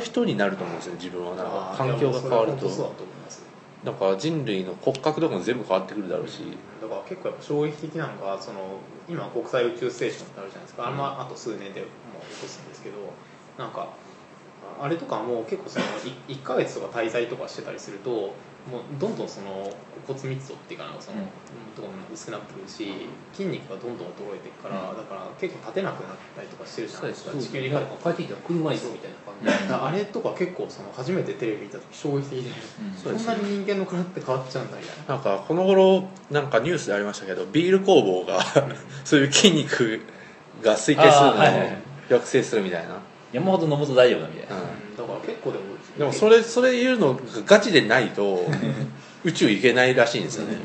[SPEAKER 1] 人になると思うんですよ自分はなんか環境が変わる
[SPEAKER 3] いやもうそれは本当そうだ
[SPEAKER 1] と
[SPEAKER 3] と思います
[SPEAKER 1] なんか人類の骨格とかも全部変わってくるだろうし、
[SPEAKER 3] だから結構やっぱ衝撃的なのがその今国際宇宙ステーションってあるじゃないですか、あんまあと数年でもう落とすんですけどなんかあれとかもう結構そのい1ヶ月とか滞在とかしてたりするともうどんどんその骨密度っていうかなんかその、
[SPEAKER 2] うん
[SPEAKER 3] どんどん薄くなってくるし筋肉がどんどん衰えていくから、だから結構立てなくなったりとかしてるじゃないですか
[SPEAKER 1] そう
[SPEAKER 3] 地球に帰
[SPEAKER 4] な
[SPEAKER 3] っ
[SPEAKER 4] ん
[SPEAKER 3] て
[SPEAKER 4] か帰ってきたら車いぞみたいな感じで
[SPEAKER 3] だからあれとか結構その初めてテレビ見た時衝撃的
[SPEAKER 2] う
[SPEAKER 3] で、
[SPEAKER 2] ん
[SPEAKER 1] そうで
[SPEAKER 3] こん
[SPEAKER 1] す
[SPEAKER 3] な
[SPEAKER 1] ね
[SPEAKER 3] に人間の体って変わっちゃうんだみたいな
[SPEAKER 1] なんかこの頃なんかニュースでありましたけどビール工房が そういう筋肉が推定するの
[SPEAKER 2] あー
[SPEAKER 1] を
[SPEAKER 2] はいはいはい
[SPEAKER 1] 抑制するみたいな、
[SPEAKER 2] 山ほど飲むと大丈夫だみたいな、
[SPEAKER 1] う
[SPEAKER 3] だから結構でも
[SPEAKER 1] ん、でもそれそれ言うのがガチでない と宇宙行けないらしいんですよね、
[SPEAKER 3] うん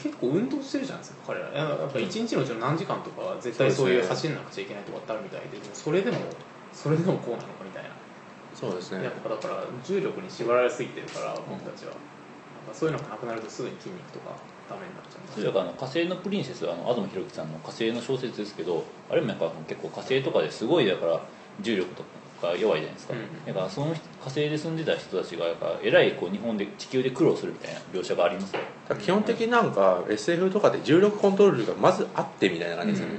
[SPEAKER 3] 結構運動してるじゃないですか彼らやっぱ一日のうちの何時間とかは絶対そういう
[SPEAKER 1] そうで
[SPEAKER 3] 走んなくちゃいけないとかってあるみたいででもそれでもそれでもこうなのかみたいな
[SPEAKER 1] そうですね
[SPEAKER 3] やっぱだから重力に縛られすぎてるから僕たちは、なんかそういうのがなくなるとすぐに筋肉とかダメになっちゃうんだ
[SPEAKER 2] そういえばあの火星のプリンセスはあの東博樹さんの火星の小説ですけどあれもなんか結構火星とかですごいだから重力とか弱いじゃないですか、
[SPEAKER 3] うん
[SPEAKER 2] だからその人火星で住んでた人たちがやっぱえらいこう日本で地球で苦労するみたいな描写がありますよ
[SPEAKER 1] だから基本的になんか SF とかで重力コントロールがまずあってみたいな感じですよね、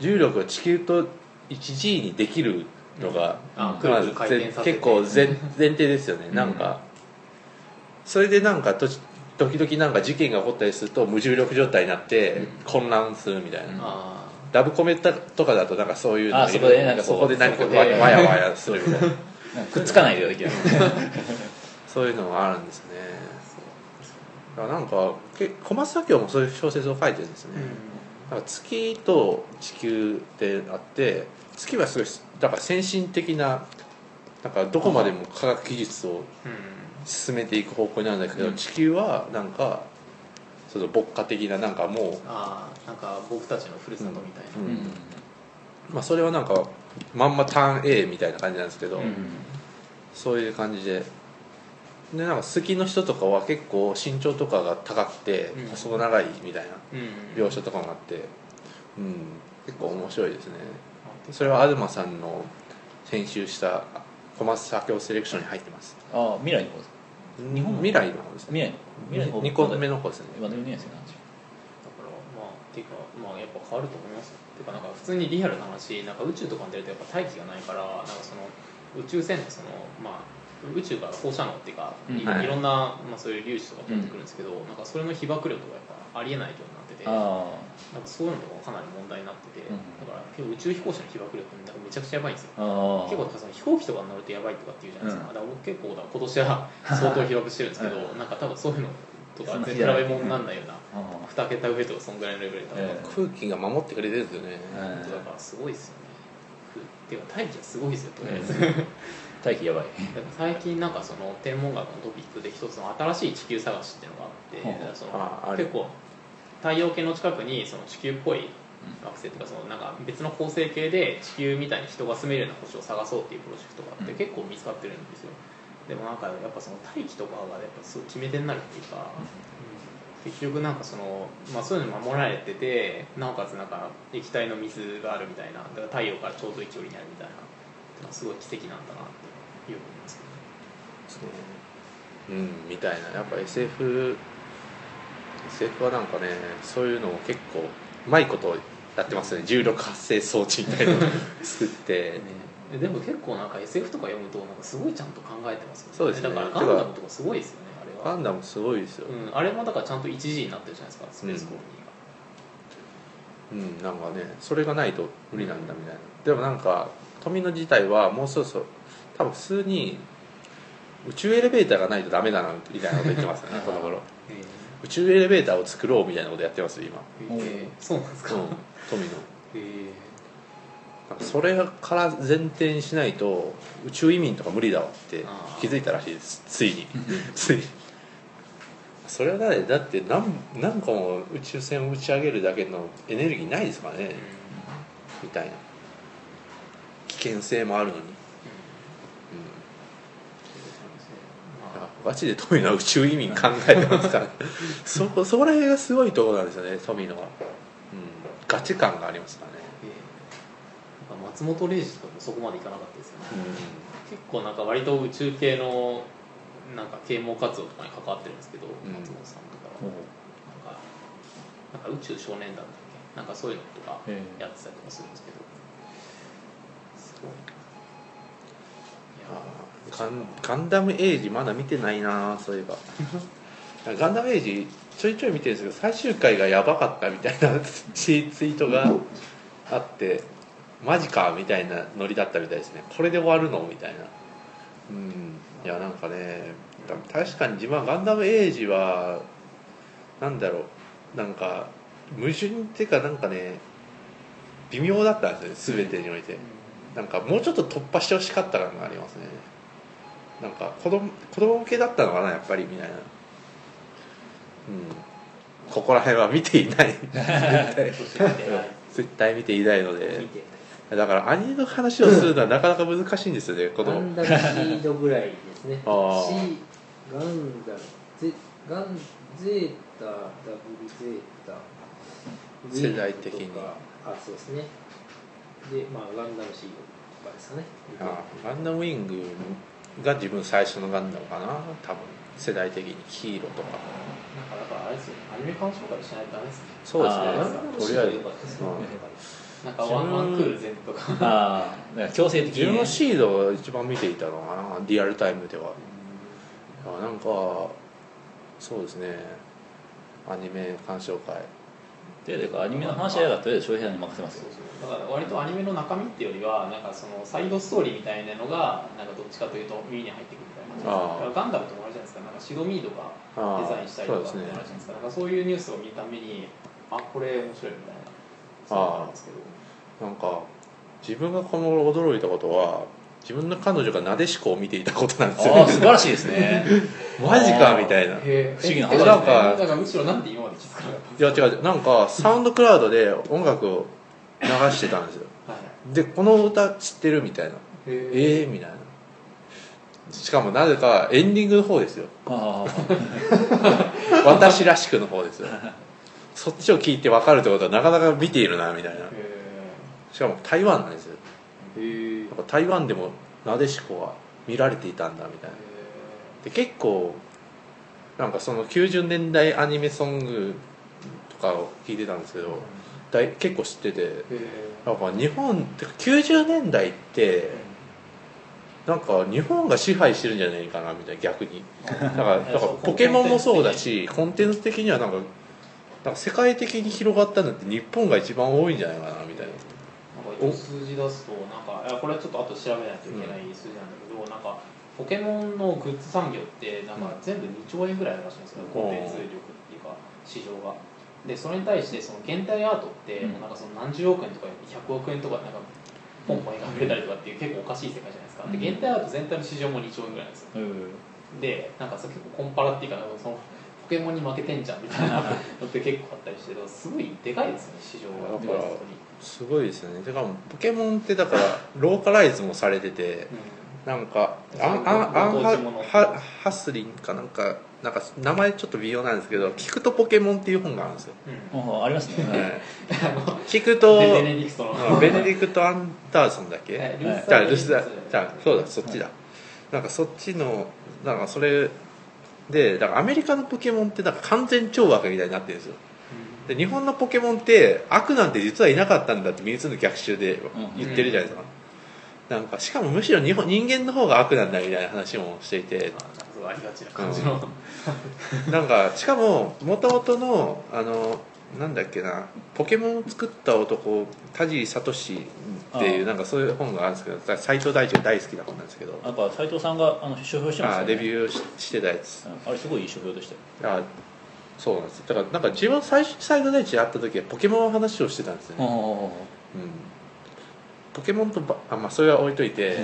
[SPEAKER 1] 重力を地球と 1G にできるのが、
[SPEAKER 3] あく
[SPEAKER 1] ま
[SPEAKER 3] る
[SPEAKER 1] あ
[SPEAKER 3] くる回転させて
[SPEAKER 1] 結構前前提ですよね、なんかそれでなんかど時々なんか事件が起こったりすると無重力状態になって混乱するみたいな、
[SPEAKER 3] あ
[SPEAKER 1] ラブコメとかだとなんかそういうのが
[SPEAKER 2] あそこでなんかこう
[SPEAKER 1] そこでなんか
[SPEAKER 2] そこ
[SPEAKER 1] わ
[SPEAKER 2] で
[SPEAKER 1] わやわやするみたいな
[SPEAKER 2] なんかくっつかないでできる
[SPEAKER 1] そういうのがあるんですねだからなんかけ小松左京もそういう小説を書いてるんですね
[SPEAKER 3] あ、、
[SPEAKER 1] なんか月と地球ってあって月はすごいだから先進的ななんかどこまでも科学技術を
[SPEAKER 3] うん
[SPEAKER 1] 進めていく方向になるんだけど、
[SPEAKER 2] うん
[SPEAKER 1] 地球はなんかその牧歌的ななんかも
[SPEAKER 3] ああなんか僕たちのふるさとみたい
[SPEAKER 1] う、
[SPEAKER 3] な、
[SPEAKER 1] うんまあ、それはなんかまんまターン A みたいな感じなんですけど、
[SPEAKER 3] うん
[SPEAKER 1] そういう感じででなんか好きの人とかは結構身長とかが高くて
[SPEAKER 3] うん
[SPEAKER 1] 細長いみたいな
[SPEAKER 3] うん
[SPEAKER 1] 描写とかもあって、うん、結構面白いですね
[SPEAKER 3] あ
[SPEAKER 1] それは東さんの編集した小松左京セレクションに入ってます
[SPEAKER 2] ああ未来の方です
[SPEAKER 1] 日本未来の方ですね
[SPEAKER 2] 未来の未来の方
[SPEAKER 1] 2個目の方ですね
[SPEAKER 2] 今でもねえですよ
[SPEAKER 3] だからまあっていうかまあやっぱ変わると思いますよていうかなんか普通にリアルな話なんか宇宙とかに出るとやっぱ大気がないからなんかその宇宙船のそのまあ宇宙から放射能っていうかい,、
[SPEAKER 2] うん
[SPEAKER 1] はい
[SPEAKER 3] ろんな、まあ、そういう粒子とか飛んでくるんですけど、なんかそれの被爆力がやっぱありえないようになっててなんか
[SPEAKER 2] あ
[SPEAKER 3] そういうのとかもかなり問題になってて、
[SPEAKER 2] うん
[SPEAKER 3] だから結構宇宙飛行士の被爆力ってなんかめちゃくちゃやばいんですよ
[SPEAKER 2] あああ
[SPEAKER 3] 結構その飛行機とかに乗るとやばいとかっていうじゃないですか、
[SPEAKER 2] うん
[SPEAKER 3] だから僕結構だから今年は相当被爆してるんですけど
[SPEAKER 2] う
[SPEAKER 3] なんか多分そういうのとか
[SPEAKER 2] そんな
[SPEAKER 3] 全然比べ物にならないような
[SPEAKER 2] ああ
[SPEAKER 3] 2桁上とかそんぐらいのレベルで多分、
[SPEAKER 2] ええ
[SPEAKER 1] 空気が守ってくれてるんですよね、
[SPEAKER 2] え
[SPEAKER 3] だからすごいですよね。っていうか大気はすごいですよとりあえず。
[SPEAKER 2] う 大気やばい
[SPEAKER 3] でも最近なんかその天文学のトピックで一つの新しい地球探しっていうのがあって、
[SPEAKER 2] ほうほう
[SPEAKER 3] だからそ
[SPEAKER 1] ああ
[SPEAKER 3] の
[SPEAKER 1] れ
[SPEAKER 3] 結構太陽系の近くにその地球っぽい惑星とかそのなんか別の恒星系で地球みたいに人が住めるような星を探そうっていうプロジェクトがあって
[SPEAKER 2] うん
[SPEAKER 3] 結構見つかってるんですよ。でもなんかやっぱその大気とかがやっぱすごい決め手になるっていうか。結局なんかその、まあ、そういうの守られててなおかつなんか液体の水があるみたいなだから太陽からちょうどいい距離にあるみたいなってのはすごい奇跡なんだなっていう思いますけど
[SPEAKER 1] ですねうんみたいなやっぱ SFSF はなんかねそういうのを結構うまいことやってますね重力発生装置みたいなのを作 って、
[SPEAKER 3] えでも結構なんか SF とか読むとなんかすごいちゃんと考えてますよね
[SPEAKER 1] そうですね
[SPEAKER 3] だからガンダムとかすごいですよねあれ
[SPEAKER 1] ガ
[SPEAKER 3] は、
[SPEAKER 1] ンダムすごいですよ、
[SPEAKER 3] うん、あれもだからちゃんと 1G になってるじゃないですかスペースコロニーが、
[SPEAKER 1] うん、なんかねそれがないと無理なんだみたいなでもなんか富野自体はもうそろそろ多分普通に宇宙エレベーターがないとダメだなみたいなこと言ってますよねこの 頃宇宙エレベーターを作ろうみたいなことやってますよ今、
[SPEAKER 3] えーえーそうなんですか、
[SPEAKER 1] うん、富野
[SPEAKER 3] えー
[SPEAKER 1] なんかそれから前提にしないと宇宙移民とか無理だわって
[SPEAKER 3] あー
[SPEAKER 1] 気づいたらしいですついについにそれはねだって何何個も宇宙船を打ち上げるだけのエネルギーないですからね、みたいな危険性もあるのに、うん、
[SPEAKER 3] まあ
[SPEAKER 1] あガチで富野は宇宙移民考えてますからそこそれがすごいところなんですよね富野は、うん、ガチ感がありますからね、
[SPEAKER 3] えーなんか松本零士とかもそこまでいかなかったですよね、結構なんか割と宇宙系のなんか啓蒙活動とかに関わってるんですけど、
[SPEAKER 1] ん
[SPEAKER 3] 松本さんとかはなんかなんか宇宙少年団だっけなんかそういうのとか
[SPEAKER 2] え
[SPEAKER 3] やってたりとかするんですけどすごいないや
[SPEAKER 1] あーガンガンダムエイジまだ見てないなそういえばガンダムエイジちょいちょい見てるんですけど最終回がやばかったみたいな ツイツイートがあってマジかみたいなノリだったみたいですねこれで終わるのみたいなうんいやなんかね確かに自分はガンダムエイジはなんだろうなんか矛盾っていうかなんかね微妙だったんですよね全てにおいて、なんかもうちょっと突破してほしかった感がありますねなんか子供子供向けだったのかなやっぱりみたいなうんここら辺は見ていない絶対見ていないので
[SPEAKER 4] 見て
[SPEAKER 1] だからアニメの話をするのはなかなか難しいんですよねこ
[SPEAKER 4] ガ
[SPEAKER 1] の
[SPEAKER 4] ンダムシードぐらいですね
[SPEAKER 1] あー
[SPEAKER 4] C ガンダムゼガンゼータダブルゼータウィングとか
[SPEAKER 1] 世代的に
[SPEAKER 4] あそうですねでまあガンダムシードとかですかね
[SPEAKER 1] あーガンダムウィングが自分最初のガンダムかな多分世代的に黄色とか
[SPEAKER 3] なんかだからあれですよねアニメ鑑賞会しないとダメですね
[SPEAKER 1] そうですね
[SPEAKER 2] あ
[SPEAKER 3] ガンダム
[SPEAKER 1] と
[SPEAKER 3] シ
[SPEAKER 1] り
[SPEAKER 3] ー
[SPEAKER 1] あ
[SPEAKER 3] ド
[SPEAKER 1] え
[SPEAKER 3] 良
[SPEAKER 1] ず
[SPEAKER 3] かったですね
[SPEAKER 1] うん
[SPEAKER 3] なんかワンワンクール全部とか
[SPEAKER 2] ああだから強制的
[SPEAKER 1] 自
[SPEAKER 2] に
[SPEAKER 1] 分
[SPEAKER 2] ね
[SPEAKER 1] のシードを一番見ていたのかなリアルタイムではあなんかそうですねアニメ鑑賞会
[SPEAKER 2] ででアニメの話はやだとりあえず翔平さんに任せます よ
[SPEAKER 3] だから割とアニメの中身っていうよりはなんかそのサイドストーリーみたいなのがなんかどっちかというと耳に入ってくるみたいな
[SPEAKER 1] ああ
[SPEAKER 3] だからガンダムとかあるじゃないですかなんかシドミードが
[SPEAKER 1] ああ
[SPEAKER 3] デザインしたり
[SPEAKER 1] そ
[SPEAKER 3] と
[SPEAKER 1] う
[SPEAKER 3] か
[SPEAKER 1] です
[SPEAKER 3] ってある
[SPEAKER 1] ね
[SPEAKER 3] じゃないですかなんかそういうニュースを見るためにあこれ面白いみたいなそういうのがあるんですけど
[SPEAKER 1] なんか自分がこの頃驚いたことは自分の彼女がなでしこを見ていたことなんですよ、
[SPEAKER 2] ああ素晴らしいですね
[SPEAKER 1] マジか
[SPEAKER 2] あー
[SPEAKER 1] みたいない
[SPEAKER 3] へえ
[SPEAKER 2] 不思議な
[SPEAKER 1] 話ですね
[SPEAKER 3] えなんかだからむしろなんで今まで気づかなかったんです
[SPEAKER 1] や違う違うなんかサウンドクラウドで音楽を流してたんですよ
[SPEAKER 3] かはい
[SPEAKER 1] でこの歌知ってるみたいな
[SPEAKER 3] へえ
[SPEAKER 1] ええー、みたいなしかもなぜかエンディングの方ですよ
[SPEAKER 2] あ
[SPEAKER 1] 私らしくの方 ですよそっちを聞いて分かるってことはなかなか見ているなみたいなしかも台湾なんですよ
[SPEAKER 3] へえへえ
[SPEAKER 1] やっぱ台湾でもなでしこは見られていたんだみたいなで結構なんかその90年代アニメソングとかを聞いてたんですけどだい結構知ってて
[SPEAKER 3] へ
[SPEAKER 1] なんか日本ってか90年代ってなんか日本が支配してるんじゃないかなみたいな逆にだからだからポケモンもそうだしコンテンツ的にはなんかなんか世界的に広がったのって日本が一番多いんじゃないかなみたいな
[SPEAKER 3] なんか一応数字出すとなんかいやこれはちょっと後で調べないといけない数字なんだけど、なんかポケモンのグッズ産業ってなんか全部2兆円ぐらいあるらしいんですよ、コンテンツ力っていうか市場がでそれに対してその現代アートって
[SPEAKER 2] うん
[SPEAKER 3] もうなんかその何十億円とか100億円とかなんかポンポン描かれたりとかっていう結構おかしい世界じゃないですかで現代アート全体の市場も2兆円ぐらいなんですよ
[SPEAKER 2] あうん
[SPEAKER 3] でなんかそれ結構コンパラっていうかなんかそのポケモンに負けてんじゃんみたいなのって結構あったりしてすごいでかいですよね市場が
[SPEAKER 1] だから
[SPEAKER 3] 本当に
[SPEAKER 1] すごいですよねてかもうポケモンってだからローカライズもされてて
[SPEAKER 3] うん
[SPEAKER 1] なんかアンアンアンハハハスリンかなんかなんか名前ちょっと微妙なんですけど「聞くとポケモン」っていう本があるんですよ、
[SPEAKER 3] うん
[SPEAKER 2] ああありますね、
[SPEAKER 1] はい
[SPEAKER 3] あ
[SPEAKER 1] 聞く
[SPEAKER 3] の
[SPEAKER 1] と
[SPEAKER 3] ベネディクトの
[SPEAKER 1] ベネディクト・アンダーソンだっけ、
[SPEAKER 3] はい
[SPEAKER 2] はい
[SPEAKER 1] じゃあ留守だじゃあそうだ
[SPEAKER 3] そ
[SPEAKER 1] そっちだ、なんかそっちのなんかそれでだからアメリカのポケモンってなんか完全懲悪みたいになってるんですよで日本のポケモンって悪なんて実はいなかったんだってミュウツーの逆襲で言ってるじゃないですか、なんかしかもむしろ日本人間の方が悪なんだみたいな話もしていて
[SPEAKER 3] うありがちな感じの、
[SPEAKER 1] なんかしかも元々のあのなんだっけなポケモンを作った男田尻聡っていう
[SPEAKER 2] ああ
[SPEAKER 1] なんかそういう本があるんですけど斎藤大地が大好きな本なんですけど
[SPEAKER 2] なんか斎藤さんがあの書評してま
[SPEAKER 1] ああ
[SPEAKER 2] すよね
[SPEAKER 1] レビューをししてたやつ
[SPEAKER 2] うんあれすごいいい書評でしたよ
[SPEAKER 1] ああそうなんですだからなんか自分最初に斎藤大地会った時はポケモンの話をしてたんですよね、うんポケモンとばあまあそれは置いといて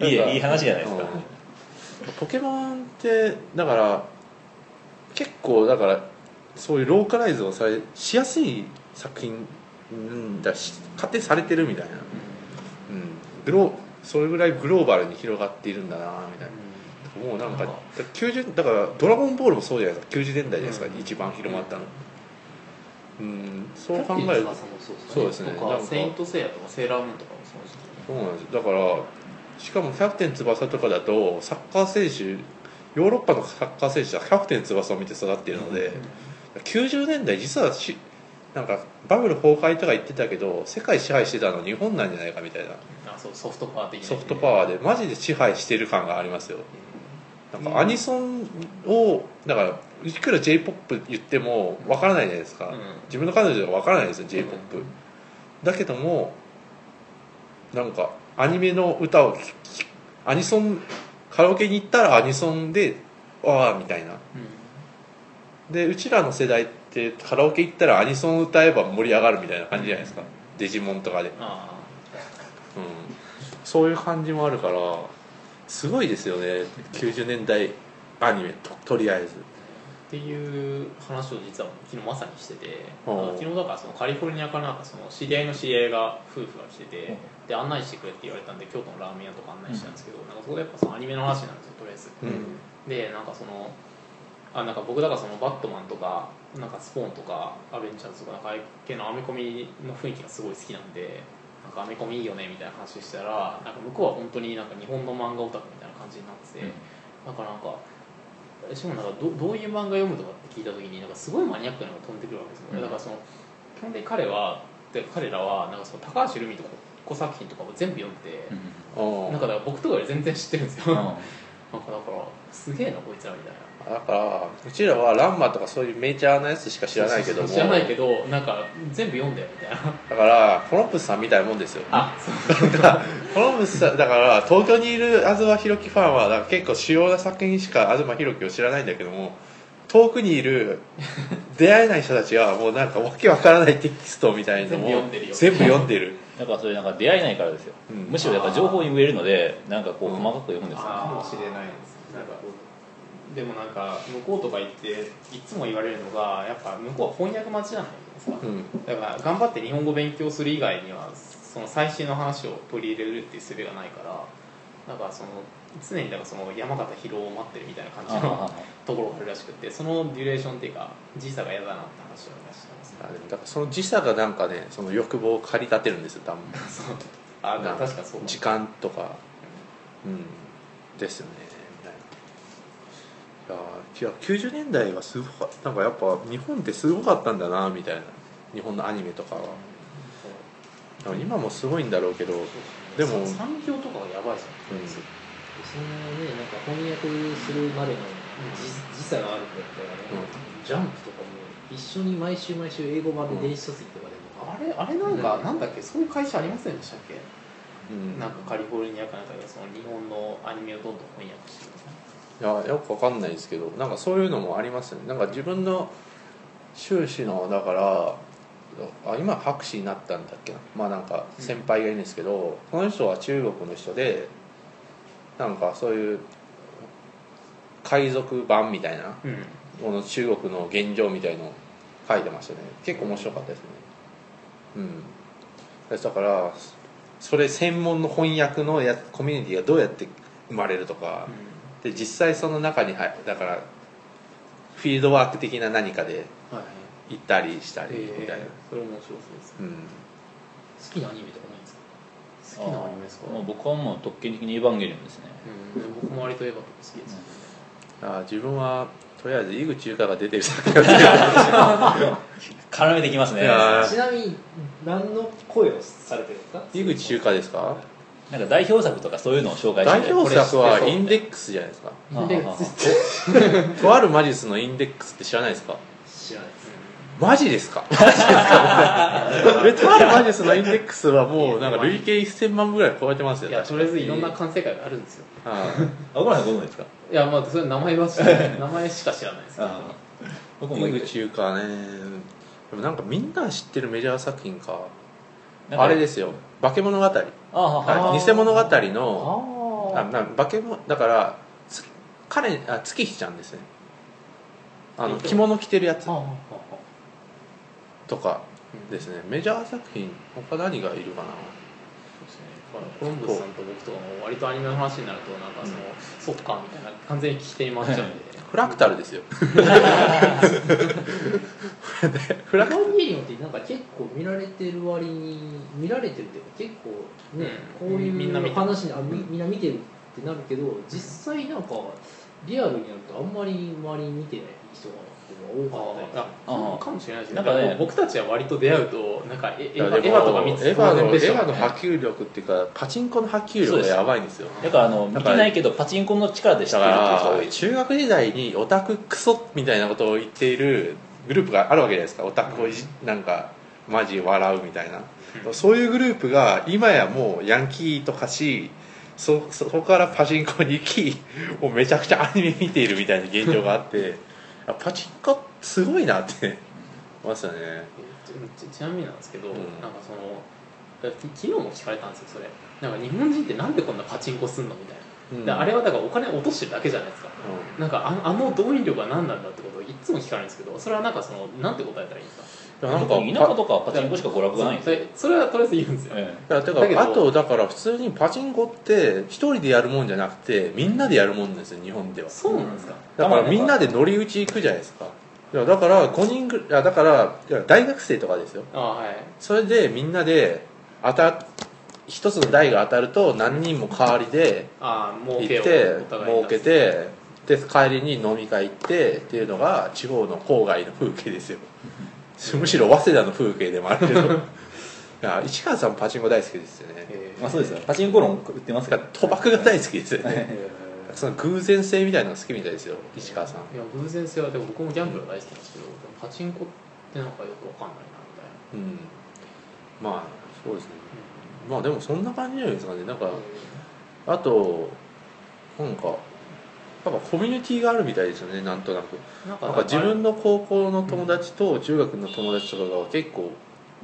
[SPEAKER 2] いいえいい話じゃないです
[SPEAKER 1] うん
[SPEAKER 2] か、
[SPEAKER 1] ポケモンってだから結構だからそういうローカライズをされしやすい作品うんだし勝手にされてるみたいな、うん、グロそれぐらいグローバルに広がっているんだなみたいなもうなんかだから90だから「ドラゴンボール」もそうじゃないですか90年代じゃないですか、
[SPEAKER 3] うん
[SPEAKER 1] 一番広まったのうんそう考
[SPEAKER 3] 考
[SPEAKER 1] え
[SPEAKER 3] え
[SPEAKER 1] る
[SPEAKER 3] る
[SPEAKER 1] と
[SPEAKER 3] そうです
[SPEAKER 1] そうです
[SPEAKER 3] ね
[SPEAKER 1] ねな
[SPEAKER 3] と
[SPEAKER 1] ん
[SPEAKER 3] か
[SPEAKER 1] か
[SPEAKER 3] セイントセイヤとかセーラームーンとかもそうですね
[SPEAKER 1] そうなんですだからしかも「キャプテン翼」とかだとサッカー選手ヨーロッパのサッカー選手は「キャプテン翼」を見て育っているので、90年代実はしなんかバブル崩壊とか言ってたけど世界支配してたの日本なんじゃないかみたいな
[SPEAKER 3] あそうソフトパワー的な
[SPEAKER 1] ソフトパワーでマジで支配してる感がありますよなんかアニソンをだからいくら j p o p 言ってもわからないじゃないですか、
[SPEAKER 3] うん
[SPEAKER 1] 自分の彼女はわからないですよ j p o p、だけどもなんかアニメの歌を聴きアニソンカラオケに行ったらアニソンでわあみたいなでうちらの世代ってカラオケ行ったらアニソン歌えば盛り上がるみたいな感じじゃないですか、デジモンとかで、うん、
[SPEAKER 3] あ
[SPEAKER 1] そういう感じもあるからすごいですよね90年代アニメととりあえず
[SPEAKER 3] あっていう話を実は昨日まさにしてて
[SPEAKER 1] おう
[SPEAKER 3] なんか昨日だからそのカリフォルニアからなんかその知り合いの知り合いが夫婦が来ててで案内してくれって言われたんで京都のラーメン屋とか案内したんですけど、なんかそこでやっぱそのアニメの話なんですよとりあえず、
[SPEAKER 1] うん
[SPEAKER 3] でなんかそのあなんか僕だからそのバットマンとかなんかスポーンとかアベンジャーズとかなんかああいう系のアメコミの雰囲気がすごい好きなんでなんかアメコミいいよねみたいな話したらなんか向こうは本当になんか日本の漫画オタクみたいな感じになってて、
[SPEAKER 2] うん
[SPEAKER 3] なんかなんかえしかもなんかどどういう漫画読むとかって聞いた時になんかすごいマニアックなのが飛んでくるわけですよ、
[SPEAKER 2] うん
[SPEAKER 3] だからその基本的に彼はで彼らはなんかその高橋留美とか子作品とかを全部読んでて、
[SPEAKER 2] う
[SPEAKER 1] あー
[SPEAKER 2] ん
[SPEAKER 3] なんかだから僕とかより全然知ってるんです
[SPEAKER 2] う
[SPEAKER 3] よ、
[SPEAKER 2] ん
[SPEAKER 3] なんかだからすげえなこいつらみたいな
[SPEAKER 1] だからうちらはランマとかそういうメジャーなやつしか知らないけども
[SPEAKER 3] 知らないけどなんか全部読んだよみたいな
[SPEAKER 1] だからコロンブスさんみたいなもんですよ
[SPEAKER 3] あそう
[SPEAKER 1] だからコロンブスさんだから東京にいる東博樹ファンはだから結構主要な作品しか東博樹を知らないんだけども遠くにいる出会えない人たちはもうなんかわけわからないテキストみたいなの
[SPEAKER 3] 全部
[SPEAKER 1] を
[SPEAKER 3] 読んでるよ
[SPEAKER 1] 全部読んでる
[SPEAKER 2] だからそれなんか出会えないからですよ、
[SPEAKER 1] うん
[SPEAKER 2] むしろだから情報に植えるのでなんかこう
[SPEAKER 1] うん
[SPEAKER 2] 細かく読むんですよ、
[SPEAKER 3] かもしれないですなんかでもなんか向こうとか行っていつも言われるのがやっぱ向こうは翻訳待ちじゃないですか、
[SPEAKER 1] うん
[SPEAKER 3] だから頑張って日本語勉強する以外にはその最新の話を取り入れるっていう術がないからだからその常にだからその山形疲労を待ってるみたいな感じ
[SPEAKER 2] あああ
[SPEAKER 3] の
[SPEAKER 2] あ
[SPEAKER 3] ところがあるらしくてそのデュレーションっていうか時差が嫌だなって話を出してます
[SPEAKER 1] あでもだからその時差がなんかねその欲望を駆り立てるんですよ多分
[SPEAKER 3] そうあでも確かそうだ
[SPEAKER 1] 時間とかうんですよねみたいないやいや90年代はすごかなんかやっぱ日本ってすごかったんだなみたいな日本のアニメとかはなんか今もすごいんだろうけど、うん、でも
[SPEAKER 3] さ産業とかがやばいじゃん、
[SPEAKER 4] そのねなんか翻訳するまでの時時差があるんだったらね、ジャンプとかも一緒に毎週毎週英語版で電子書籍とかでも、
[SPEAKER 3] あれあれなんか、なんだっけそういう会社ありませんでしたっけ、
[SPEAKER 1] うん、
[SPEAKER 3] なんかカリフォルニアかなんかでその日本のアニメをどんどん翻訳してるみたいない
[SPEAKER 1] やよくわかんないですけどなんかそういうのもありますよねなんか自分の修士のだからあ今博士になったんだっけなまあなんか先輩がいるんですけど、この人は中国の人でなんかそういう海賊版みたいな
[SPEAKER 3] うん
[SPEAKER 1] この中国の現状みたいのを書いてましたね結構面白かったですねうんだからそれ専門の翻訳のやコミュニティがどうやって生まれるとか、で実際その中に入だからフィールドワーク的な何かで
[SPEAKER 3] はい
[SPEAKER 1] 行ったりしたりみたいな、
[SPEAKER 3] それ面白そうです
[SPEAKER 1] うん
[SPEAKER 4] 好きなアニメとかないんですか
[SPEAKER 3] 好きなアニメですか
[SPEAKER 2] もう僕はもう特権的にエヴァンゲリオンですね
[SPEAKER 3] うん僕も割とエヴァとか好きです
[SPEAKER 1] あ自分はとりあえず井口優香が出てる作品
[SPEAKER 2] 絡めてきますね
[SPEAKER 1] いや
[SPEAKER 4] ちなみに何の声をされてるんですか
[SPEAKER 1] 井口優香ですか
[SPEAKER 2] なんか代表作とかそういうのを紹介して
[SPEAKER 1] 代表作はインデックスじゃないですか
[SPEAKER 2] ああ
[SPEAKER 4] で
[SPEAKER 2] ああ
[SPEAKER 1] とある魔術のインデックスって知らないですか
[SPEAKER 4] 知らないです
[SPEAKER 1] マジですかマジですか えとある魔術のインデックスはもうなんか累計1000万ぐらい超えてますよ
[SPEAKER 3] いや
[SPEAKER 1] 確
[SPEAKER 3] とりあえずいろんな完成会があるんですよ
[SPEAKER 1] かはい
[SPEAKER 2] あごめんなさいごめんなさいですか
[SPEAKER 3] いやまあそれ名前は知ら ない名前しか知らないですけど
[SPEAKER 2] ああ僕も
[SPEAKER 1] 井口優香ねでもなんかみんな知ってるメジャー作品か
[SPEAKER 2] なんか
[SPEAKER 1] あれですよ「化け物語」
[SPEAKER 2] ああああ
[SPEAKER 1] はい偽物語の
[SPEAKER 3] あ
[SPEAKER 1] あな化け物だからつ彼あ月日ちゃんですねあの着物着てるやつ
[SPEAKER 3] ああ
[SPEAKER 1] とかですすねメジャー作品他何がいるかな
[SPEAKER 3] そうですねまあコロンブスさんと僕とかも割とアニメの話になるとなんかその、そっかみたいな完全に聞き手に回っちゃうんで
[SPEAKER 1] フラクタルですよフラ
[SPEAKER 4] エヴァンゲリオンってなんか結構見られてる割に見られてるっていうか結構ね、
[SPEAKER 3] うん
[SPEAKER 4] こうい
[SPEAKER 3] みんな見て
[SPEAKER 4] う
[SPEAKER 3] る
[SPEAKER 4] 話にあみ
[SPEAKER 1] うん
[SPEAKER 4] みんな見てるってなるけど実際なんかリアルになるとあんまり周りに見てない人が多かったり
[SPEAKER 3] ああかもしれないです
[SPEAKER 2] なんかね
[SPEAKER 3] 僕たちは割と出会うとなんかエ
[SPEAKER 1] い
[SPEAKER 3] エヴ
[SPEAKER 1] やでも
[SPEAKER 3] ァエヴァとか見つつ
[SPEAKER 1] エヴァ
[SPEAKER 3] 当然
[SPEAKER 1] のエ
[SPEAKER 3] でしょ
[SPEAKER 1] ヴァの波及力っていうかパチンコの波及力がやばいんですよ
[SPEAKER 2] だからあの見
[SPEAKER 1] だ
[SPEAKER 2] て
[SPEAKER 1] から
[SPEAKER 2] ないけどパチンコの力で知って
[SPEAKER 1] だ
[SPEAKER 2] る
[SPEAKER 1] か
[SPEAKER 2] っていう人が多
[SPEAKER 1] ら
[SPEAKER 2] い
[SPEAKER 1] 中学時代にオタククソみたいなことを言っているグループがあるわけじゃないですかオタクをいじなんかマジ笑うみたいな、
[SPEAKER 3] うん
[SPEAKER 1] そういうグループが今やもうヤンキーとかしそそこからパチンコに行きもうめちゃくちゃアニメ見ているみたいな現状があってあパチンコすごいなって思いますよね
[SPEAKER 3] ちちちなみになんですけど、
[SPEAKER 1] うん
[SPEAKER 3] なんかそのえき昨日も聞かれたんですよそれなんか日本人ってなんでこんなパチンコすんのみたい
[SPEAKER 1] うん
[SPEAKER 3] な、であれはだからお金落としてるだけじゃないですか
[SPEAKER 1] う
[SPEAKER 3] なんかあのあの動員量が何なんだってことをいつも聞かれるんですけどそれはなんかそのなんて答えたらいいんですか
[SPEAKER 1] んいや
[SPEAKER 2] 僕
[SPEAKER 1] なん
[SPEAKER 2] 田舎
[SPEAKER 1] か
[SPEAKER 2] とかはパチンコしか娯楽がないんです
[SPEAKER 3] そ
[SPEAKER 2] よ
[SPEAKER 3] れそれはとりあえず言うんですよ、
[SPEAKER 2] え
[SPEAKER 1] いやてか
[SPEAKER 3] だけど
[SPEAKER 1] あとだから普通にパチンコって一人でやるもんじゃなくてみんなでやるもんですよ日本では
[SPEAKER 3] そうなんですか、
[SPEAKER 1] だからみんなで乗り打ち行くじゃないですかいやだから5人ぐらいやだからいや大学生とかですよ
[SPEAKER 3] ああはい
[SPEAKER 1] それでみんなで当た一つの台が当たると何人も代わりで
[SPEAKER 3] ああ儲
[SPEAKER 1] 行っ
[SPEAKER 3] けを
[SPEAKER 1] て
[SPEAKER 3] お互い
[SPEAKER 1] 儲
[SPEAKER 3] に
[SPEAKER 1] け
[SPEAKER 3] 出す
[SPEAKER 1] てで帰りに飲み会行ってっていうのが地方の郊外の風景ですよむしろ早稲田の風景でもあるけど いや市川さんパチンコ大好きですよね
[SPEAKER 3] え
[SPEAKER 2] えまあそうですよパチンコ論売ってます
[SPEAKER 1] な
[SPEAKER 2] か
[SPEAKER 1] ん
[SPEAKER 2] ら
[SPEAKER 1] か賭博が大好きですよね
[SPEAKER 3] え
[SPEAKER 1] その偶然性みたいなのが好きみたいですよ石川さん
[SPEAKER 3] いや偶然性はでも僕もギャンブルは大好きなんですけど、でもパチンコってなんかよくわかんないなみたいな、
[SPEAKER 1] うんまあそうですねまあでもそんな感じじゃないですかねなんかあとなんかなんかコミュニティがあるみたいですよねなんとなく
[SPEAKER 3] なんか
[SPEAKER 1] なんか自分の高校の友達と中学の友達とかが結構